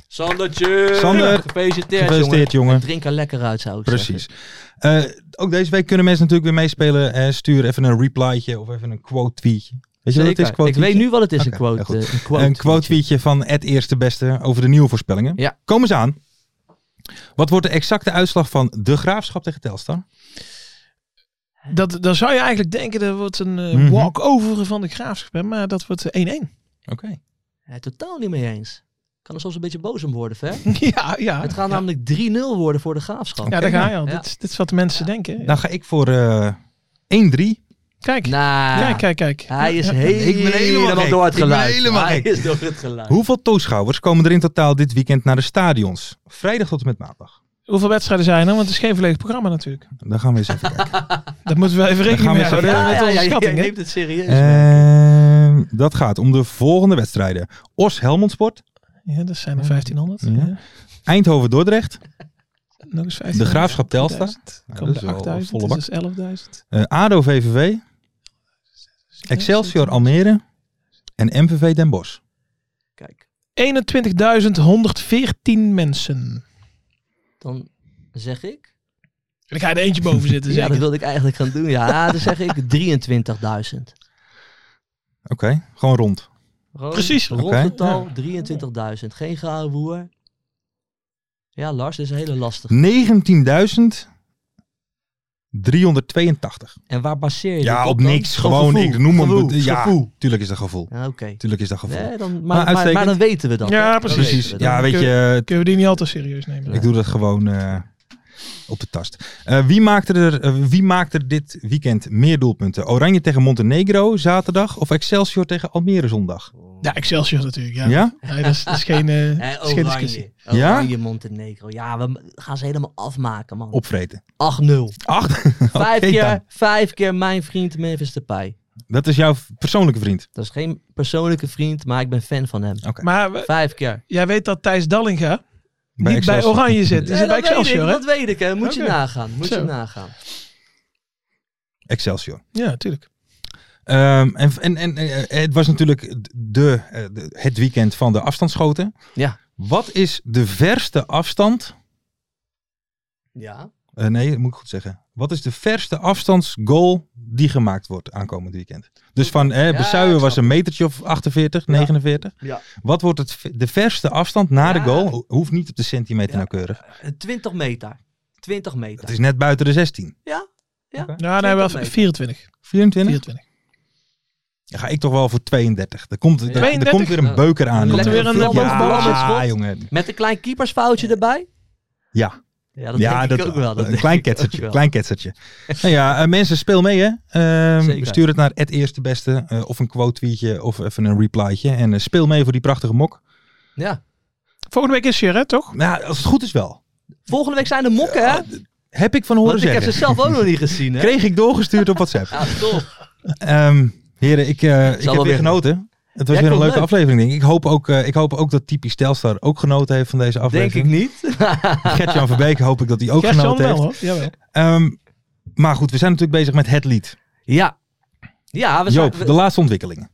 Speaker 4: Sandertje!
Speaker 3: Eh, Sander,
Speaker 4: gefeliciteerd,
Speaker 3: Gefeliciteerd jongen.
Speaker 4: jongen. Drink er lekker uit, zou ik
Speaker 3: Precies. Eh, ook deze week kunnen mensen natuurlijk weer meespelen. Eh, stuur even een replytje of even een quote tweetje. Weet je
Speaker 4: zeggen.
Speaker 3: wat het is?
Speaker 4: Zeker.
Speaker 3: Quote
Speaker 4: ik weet nu wat het is,
Speaker 3: Oké,
Speaker 4: een quote.
Speaker 3: heel
Speaker 4: eh, Een quote,
Speaker 3: een quote tweetje van het eerste beste over de nieuwe voorspellingen.
Speaker 4: Ja.
Speaker 3: Kom eens aan. Wat wordt de exacte uitslag van de graafschap tegen Telstar?
Speaker 5: Dat, dan zou je eigenlijk denken dat wordt een eh,
Speaker 3: Mhm.
Speaker 5: walk-over van de graafschap, hè, maar dat wordt eh, 1-1.
Speaker 3: Oké.
Speaker 4: Ja, totaal niet mee eens. Ik kan er soms een beetje boos om worden,
Speaker 3: *laughs*
Speaker 4: Ver.
Speaker 5: *laughs* ja, ja.
Speaker 4: Het gaat
Speaker 5: ja.
Speaker 4: namelijk 3-0 worden voor de graafschap.
Speaker 5: Ja, daar ga je al.
Speaker 4: Ja.
Speaker 5: Dit, dit is wat de mensen denken.
Speaker 3: Dan ga ik voor eh 1-3.
Speaker 5: Kijk.
Speaker 4: Nou,
Speaker 5: Kijk, kijk, kijk.
Speaker 4: hij is
Speaker 5: Ja, ja.
Speaker 3: Ik ben helemaal
Speaker 4: helemaal
Speaker 3: gek.
Speaker 4: door het
Speaker 3: Ik ben
Speaker 4: geluid.
Speaker 3: helemaal
Speaker 4: hij
Speaker 3: gek.
Speaker 4: is door het geluid.
Speaker 3: Hoeveel toeschouwers komen er in totaal dit weekend naar de stadions? Vrijdag tot en met maandag.
Speaker 5: Hoeveel wedstrijden zijn er? Want het is geen volledig programma natuurlijk.
Speaker 3: Dan gaan we eens
Speaker 4: *laughs*
Speaker 3: even kijken.
Speaker 5: Dat moeten we even rekening
Speaker 3: gaan we
Speaker 5: mee houden
Speaker 3: eens even-
Speaker 5: met onze
Speaker 4: je
Speaker 5: schatting. hè.
Speaker 4: neemt het serieus.
Speaker 3: Eh. Ehm, dat gaat om de volgende wedstrijden. Os Helmond Sport,
Speaker 5: Ja, dat zijn er 1500.
Speaker 3: Ja.
Speaker 5: Ja.
Speaker 3: Eindhoven Dordrecht,
Speaker 5: Nog eens
Speaker 3: de
Speaker 5: 1500.
Speaker 3: Graafschap Telstar,
Speaker 5: 1000.
Speaker 3: dat
Speaker 5: Komen
Speaker 3: is
Speaker 5: er
Speaker 3: wel
Speaker 5: 8000,
Speaker 3: volle
Speaker 5: dus dat is 11.000.
Speaker 3: eh, ADO VVV, Excelsior Almere en MVV Den Bosch.
Speaker 4: Kijk,
Speaker 5: 21.114 mensen.
Speaker 4: dan zeg ik...
Speaker 5: Dan ga je er eentje boven
Speaker 4: *laughs*
Speaker 5: zitten.
Speaker 4: Ja, dat
Speaker 5: zeker.
Speaker 4: wilde ik eigenlijk gaan doen. Ja, dan zeg
Speaker 3: *laughs*
Speaker 4: ik 23.000.
Speaker 3: Oké, gewoon rond.
Speaker 4: Gewoon
Speaker 5: Precies.
Speaker 4: Rond
Speaker 3: Oké.
Speaker 4: getal 23.000. Geen gouden boer. Ja, Lars, dit is een hele lastige.
Speaker 3: 19.382.
Speaker 4: En waar baseer je
Speaker 3: Ja,
Speaker 4: dit
Speaker 3: op
Speaker 4: dan?
Speaker 3: niks.
Speaker 4: Op
Speaker 3: Gewoon,
Speaker 4: gevoel.
Speaker 3: ik noem hem.
Speaker 4: Gevoel.
Speaker 3: Ja, tuurlijk is dat gevoel.
Speaker 4: Ja, Oké.
Speaker 3: Tuurlijk is dat gevoel.
Speaker 4: Nee, dan,
Speaker 3: Maar
Speaker 4: maar, maar,
Speaker 3: uitstekend.
Speaker 4: maar dan weten we dat.
Speaker 5: Ja,
Speaker 4: hè? Dan
Speaker 5: precies.
Speaker 4: weten we
Speaker 3: Precies.
Speaker 4: dat.
Speaker 3: Ja, weet
Speaker 5: Kun-
Speaker 3: je,
Speaker 5: Kunnen we die niet altijd serieus nemen.
Speaker 3: Ik doe dat gewoon eh, op de tast. Eh, wie, maakte er, eh, wie maakte er dit weekend meer doelpunten? Oranje tegen Montenegro zaterdag of Excelsior tegen Almere zondag?
Speaker 5: Ja, Excelsior natuurlijk. Ja,
Speaker 3: Ja?
Speaker 5: Nee, dat, is, dat is geen, eh,
Speaker 4: Hè,
Speaker 5: dat is geen
Speaker 4: oranje.
Speaker 5: discussie.
Speaker 3: Ja?
Speaker 4: Oranje Montenegro. Ja, we gaan ze helemaal afmaken, man.
Speaker 3: Opvreten.
Speaker 4: 8-0.
Speaker 3: Acht.
Speaker 4: Vijf,
Speaker 3: *laughs* Oké
Speaker 4: keer,
Speaker 3: dan.
Speaker 4: vijf keer mijn vriend Memphis Depay.
Speaker 3: Dat is jouw persoonlijke vriend.
Speaker 4: Dat is geen persoonlijke vriend, maar ik ben fan van hem.
Speaker 5: Maar we-
Speaker 4: Vijf keer.
Speaker 5: jij weet dat Thijs Dallinga niet bij
Speaker 3: Excelsior.
Speaker 5: Oranje zit. Die
Speaker 4: Ja,
Speaker 5: zit bij
Speaker 4: dat, weet ik,
Speaker 5: Excelsior, hè?
Speaker 4: dat weet ik, hè. Moet je
Speaker 5: Oké.
Speaker 4: nagaan. Moet
Speaker 5: Zo.
Speaker 4: je nagaan.
Speaker 3: Excelsior.
Speaker 5: Ja, natuurlijk.
Speaker 3: Ehm, en en, en eh, het was natuurlijk de, eh, de- het weekend van de afstandsschoten.
Speaker 4: Ja.
Speaker 3: Wat is de verste afstand?
Speaker 4: Ja.
Speaker 3: eh, nee, dat moet ik goed zeggen. Wat is de verste afstandsgoal die gemaakt wordt aankomend weekend? Dus van eh,
Speaker 4: Ja,
Speaker 3: Besuijen
Speaker 4: ik
Speaker 3: was
Speaker 4: snap
Speaker 3: een metertje of 48, 49.
Speaker 4: ja.
Speaker 3: Wat wordt het, v- de verste afstand na de
Speaker 4: Ja.
Speaker 3: goal? Ho- Hoeft niet op de centimeter
Speaker 4: Ja.
Speaker 3: nauwkeurig.
Speaker 4: Eh, 20 meter. 20 meter.
Speaker 3: Het is net buiten de 16.
Speaker 5: Ja, nee,
Speaker 4: 20
Speaker 5: wel
Speaker 4: meter.
Speaker 5: 24.
Speaker 3: 24?
Speaker 5: 24.
Speaker 3: Dan ga ik toch wel voor 32. Er komt, er- er,
Speaker 5: 32?
Speaker 3: komt weer een beuker aan.
Speaker 4: Oh. Komt er
Speaker 5: weer een,
Speaker 3: ja,
Speaker 5: eh, bovenbal met
Speaker 3: ja,
Speaker 4: schot?
Speaker 3: jongen.
Speaker 4: Met een klein keepersfoutje erbij?
Speaker 3: Ja,
Speaker 4: Ja,
Speaker 3: dat,
Speaker 4: dat
Speaker 3: ja,
Speaker 4: denk
Speaker 3: dat
Speaker 4: ik ook wel. Dat
Speaker 3: Een
Speaker 4: denk
Speaker 3: klein
Speaker 4: ik ook
Speaker 3: ketsertje.
Speaker 4: wel.
Speaker 3: Klein ketsertje. nou ja, eh, mensen, speel mee hè. Ehm,
Speaker 4: Zeker.
Speaker 3: stuur het naar het eerste beste. eh, of een quote tweetje of even een replytje. En eh, speel mee voor die prachtige mok.
Speaker 4: Ja.
Speaker 5: Volgende week is je, hè, toch?
Speaker 3: Nou, als het goed is wel.
Speaker 4: Volgende week zijn de mokken, hè?
Speaker 3: Heb ik van horen
Speaker 4: Want ik heb
Speaker 3: zeggen.
Speaker 4: ze zelf ook nog niet gezien, hè?
Speaker 3: Kreeg ik doorgestuurd op WhatsApp.
Speaker 4: *laughs* Ja, toch.
Speaker 3: Ehm heren, ik, eh, ik heb
Speaker 4: wel
Speaker 3: weer
Speaker 4: weer-
Speaker 3: genoten. Het was weer een
Speaker 4: Ja, ik vond het
Speaker 3: leuke
Speaker 4: leuk.
Speaker 3: aflevering, denk ik. Ik hoop, ook, eh, ik hoop ook dat typisch Telstar ook genoten heeft van deze
Speaker 4: Denk ik
Speaker 3: aflevering.
Speaker 4: niet. *laughs*
Speaker 3: Gert-Jan Verbeek hoop ik dat hij ook
Speaker 5: Gert-Jan
Speaker 3: genoten
Speaker 5: wel,
Speaker 3: heeft.
Speaker 5: hoor. Jawel.
Speaker 3: Ehm, maar goed, we zijn natuurlijk bezig met het lied.
Speaker 4: Ja. Ja, we zijn...
Speaker 3: Joop,
Speaker 4: we-
Speaker 3: de laatste ontwikkelingen.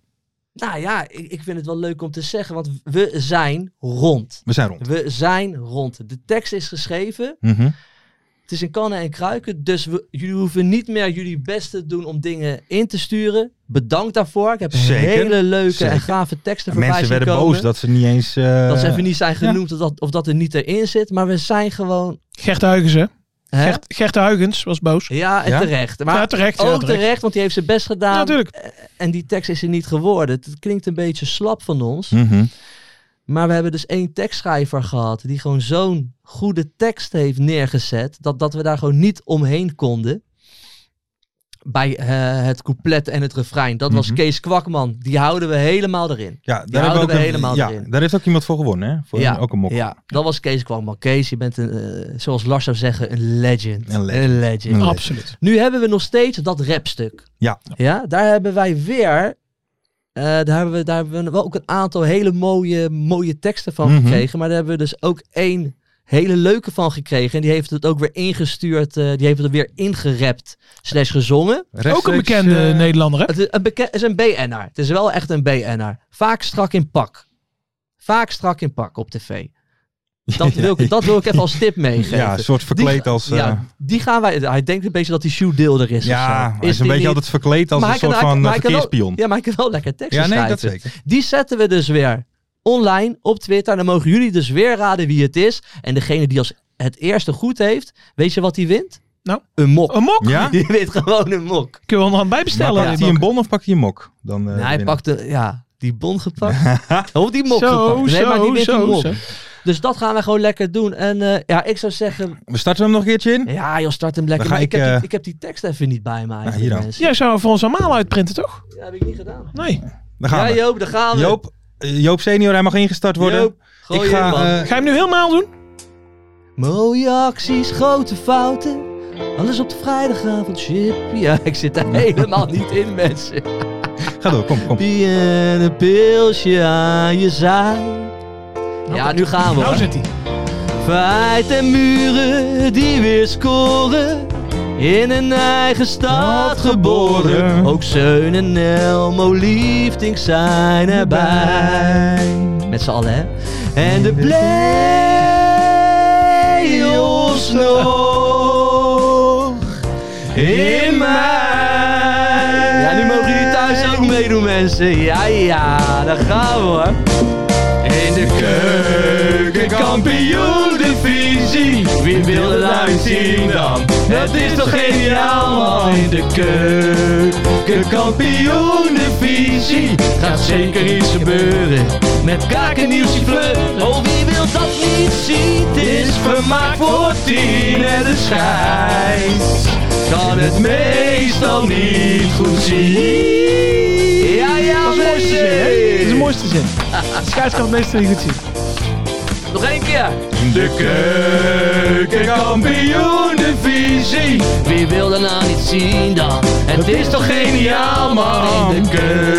Speaker 4: Nou ja, ik, ik vind het wel leuk om te zeggen, want we zijn rond.
Speaker 3: We zijn rond.
Speaker 4: We zijn rond. De tekst is geschreven.
Speaker 3: Mhm.
Speaker 4: Het is in kannen en kruiken, dus we, jullie hoeven niet meer jullie best te doen om dingen in te sturen. Bedankt daarvoor. Ik heb
Speaker 3: Zeker,
Speaker 4: hele leuke
Speaker 3: zeker.
Speaker 4: en gave teksten voorbij
Speaker 3: Mensen
Speaker 4: zien
Speaker 3: werden
Speaker 4: komen.
Speaker 3: boos dat ze niet eens... eh,
Speaker 4: Dat ze even niet zijn genoemd of dat, of dat er niet erin zit. Maar we zijn gewoon...
Speaker 5: Gert Huygens, hè?
Speaker 4: Hè?
Speaker 5: Gert, Gert Huygens was boos.
Speaker 4: Ja, en
Speaker 3: Ja?
Speaker 4: terecht. Maar
Speaker 5: ja, terecht. Ja,
Speaker 4: ook
Speaker 5: terecht.
Speaker 4: terecht. want die heeft zijn best
Speaker 5: Ja,
Speaker 4: gedaan.
Speaker 5: natuurlijk.
Speaker 4: en die tekst is er niet geworden. Het klinkt een beetje slap van ons.
Speaker 3: Mhm.
Speaker 4: Maar we hebben dus één tekstschrijver gehad die gewoon zo'n goede tekst heeft neergezet, dat, dat we daar gewoon niet omheen konden. Bij eh, het couplet en het refrein. Dat was
Speaker 3: Mhm.
Speaker 4: Kees Kwakman. Die houden we helemaal erin.
Speaker 3: Ja,
Speaker 4: Die
Speaker 3: daar, hebben
Speaker 4: houden
Speaker 3: ook
Speaker 4: we
Speaker 3: een-
Speaker 4: helemaal
Speaker 3: ja,
Speaker 4: erin.
Speaker 3: daar heeft ook iemand voor gewonnen, hè? Voor
Speaker 4: Ja,
Speaker 3: een- ook een mok.
Speaker 4: Ja, dat was Kees Kwakman. Kees, je bent, een, eh, zoals Lars zou zeggen, een legend.
Speaker 3: Een legend.
Speaker 4: legend.
Speaker 3: Een
Speaker 5: Absoluut.
Speaker 4: Nu hebben we nog steeds dat rapstuk.
Speaker 3: Ja.
Speaker 4: ja daar hebben wij weer. eh, daar, hebben we, daar hebben we wel ook een aantal hele mooie, mooie teksten van
Speaker 3: Mhm.
Speaker 4: gekregen. Maar daar hebben we dus ook één hele leuke van gekregen. En die heeft het ook weer ingestuurd. eh, die heeft het er weer ingerept. Slash gezongen.
Speaker 5: Ook een bekende
Speaker 3: eh,
Speaker 5: Nederlander, hè?
Speaker 4: Het is een, beke- het is een BN'er. Het is wel echt een BN'er. Vaak strak in pak. Vaak strak in pak op tv.
Speaker 3: *laughs*
Speaker 4: Dat wil ik, dat wil ik even als tip meegeven.
Speaker 3: Ja, een soort verkleed als... eh,
Speaker 4: ja, die gaan wij. Hij denkt een beetje dat hij shoe deel er is. of
Speaker 3: Ja,
Speaker 4: zo.
Speaker 3: hij is een
Speaker 4: die
Speaker 3: beetje
Speaker 4: niet?
Speaker 3: altijd verkleed als
Speaker 4: Maar
Speaker 3: een
Speaker 4: hij kan-
Speaker 3: soort
Speaker 4: hij kan-
Speaker 3: van
Speaker 4: maar
Speaker 3: eh,
Speaker 4: hij kan wel-
Speaker 3: verkeerspion.
Speaker 4: Ja, maar ik kan wel lekker teksten
Speaker 3: Ja, nee, dat
Speaker 4: schrijven.
Speaker 3: zeker.
Speaker 4: Die zetten we dus weer online op Twitter. Dan mogen jullie dus weer raden wie het is. En degene die als het eerste goed heeft, weet je wat die wint?
Speaker 5: Nou?
Speaker 4: Een mok.
Speaker 5: Een mok?
Speaker 3: Oh. Ja?
Speaker 4: *laughs* Die wint gewoon een mok.
Speaker 5: Kun je onderhand
Speaker 3: Maar
Speaker 5: bijbestellen.
Speaker 3: pakt
Speaker 5: die
Speaker 3: hij een
Speaker 5: mok.
Speaker 3: bon of pakt hij een mok? Dan, eh,
Speaker 4: Nee, hij
Speaker 3: winnen.
Speaker 4: pakte, ja, die bon
Speaker 3: *laughs*
Speaker 4: gepakt. of die mok
Speaker 5: Zo,
Speaker 4: gepakt. Nee,
Speaker 5: zo,
Speaker 4: maar die wint
Speaker 5: zo,
Speaker 4: een mok.
Speaker 5: zo.
Speaker 4: Dus dat gaan we gewoon lekker doen. En eh, ja, ik zou zeggen,
Speaker 3: We starten hem nog een keertje in?
Speaker 4: ja joh, start hem lekker.
Speaker 3: Dan ga
Speaker 4: Maar ik,
Speaker 3: ik,
Speaker 4: heb
Speaker 3: eh,
Speaker 4: die, ik heb die tekst even niet bij me eigenlijk,
Speaker 3: hier dan.
Speaker 4: mensen.
Speaker 5: Jij zou voor ons allemaal uitprinten, toch?
Speaker 4: Dat heb ik niet gedaan.
Speaker 5: Nee.
Speaker 3: Dan gaan
Speaker 4: Ja
Speaker 3: we.
Speaker 4: Joop, daar gaan we.
Speaker 3: Joop, eh, Joop senior, hij mag ingestart worden.
Speaker 4: Joop, gooi
Speaker 3: ik
Speaker 4: in,
Speaker 3: ga...
Speaker 4: man.
Speaker 3: eh,
Speaker 5: Ga je hem nu helemaal doen?
Speaker 4: Mooie acties, grote fouten. Alles op de vrijdagavond, chip. Ja, *laughs* ik zit er helemaal niet in, mensen.
Speaker 3: eh, ga door, kom, kom.
Speaker 4: Pie en een pilsje aan je zij. Ja, nu gaan we.
Speaker 5: Nou
Speaker 4: hoor.
Speaker 5: zit hij.
Speaker 4: Feit en muren die weer scoren. In een eigen stad geboren. Ook Zeun en Elmo Liefdings zijn erbij. Met z'n allen, hè? En de play-offs nog in mei. Ja, nu mogen jullie thuis ook meedoen, mensen. Ja, ja, daar gaan we, hoor. In de keukenkampioen divisie. Wie wil het uitzien dan? Het is toch geniaal man. In de keukenkampioen divisie. Gaat zeker iets gebeuren. Met kaken, nieuwsje, fleur. Oh wie wil dat niet zien? Het is vermaakt voor tien en de schijt. Kan het meestal niet goed zien. Ja, ja,
Speaker 5: Dat is de mooiste zin, hè?
Speaker 4: *laughs*
Speaker 5: Dat is de mooiste zin. Scheids kan het meeste niet goed zien.
Speaker 4: Nog één keer.
Speaker 3: De keukenkampioen divisie.
Speaker 4: Wie wil dat nou niet zien dan? Het is toch geniaal man in de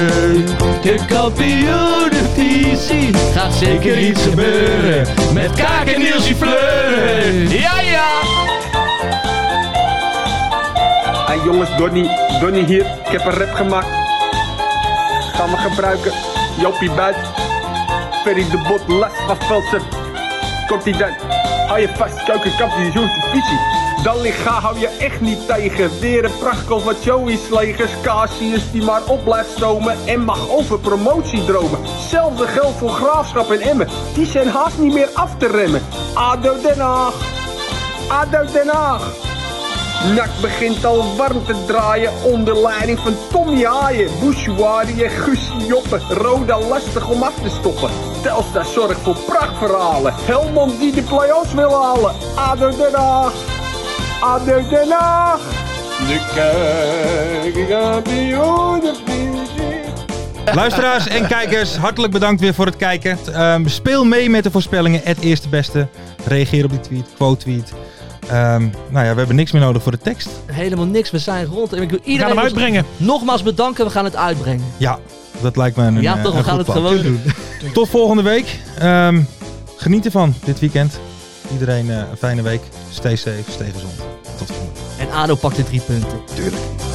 Speaker 4: keukenkampioenenvisie. Gaat zeker iets gebeuren met kaak en Nielsie Fleuren. Ja ja!
Speaker 8: En jongens, Donny, Donny hier. Ik heb een rap gemaakt. Gaan we gebruiken. Jopie buit. Ferry de Bot, last van Velsen. Komt ie dan. Hou je vast, keukenkampioen visie. Dan ligga hou je echt niet tegen. Weer een prachtkel van Joey's legers. Casius die maar op blijft stomen. En mag over promotie dromen. Zelfde geld voor Graafschap en Emmen. Die zijn haast niet meer af te remmen. ADO Den Haag. ADO Den Haag. Nak begint al warm te draaien onder leiding van Tommy Haaien, Bouchouari en Guusje Joppen. Roda lastig om af te stoppen. Telstra zorgt voor prachtverhalen. Helmond die de play-offs wil halen. ADO Den Haag. ADO Den Haag. De keukenkampioenenvisie.
Speaker 3: Luisteraars en kijkers, hartelijk bedankt weer voor het kijken. Ehm, speel mee met de voorspellingen. Het eerste beste. Reageer op die tweet, quote tweet. Ehm, nou ja, we hebben niks meer nodig voor de tekst.
Speaker 4: Helemaal niks, we zijn rond. En ik wil
Speaker 5: We gaan
Speaker 4: iedereen
Speaker 5: hem uitbrengen.
Speaker 4: nogmaals bedanken, we gaan het uitbrengen.
Speaker 3: Ja, dat lijkt me een
Speaker 4: ja
Speaker 3: eh,
Speaker 4: toch, we
Speaker 3: een
Speaker 4: gaan
Speaker 3: goed
Speaker 4: het
Speaker 3: plan.
Speaker 4: gewoon doen.
Speaker 3: Tot volgende week. Ehm, geniet ervan dit weekend. Iedereen eh, een fijne week. Stay safe, stay gezond. Tot volgende week.
Speaker 4: En Ado pakt de drie punten.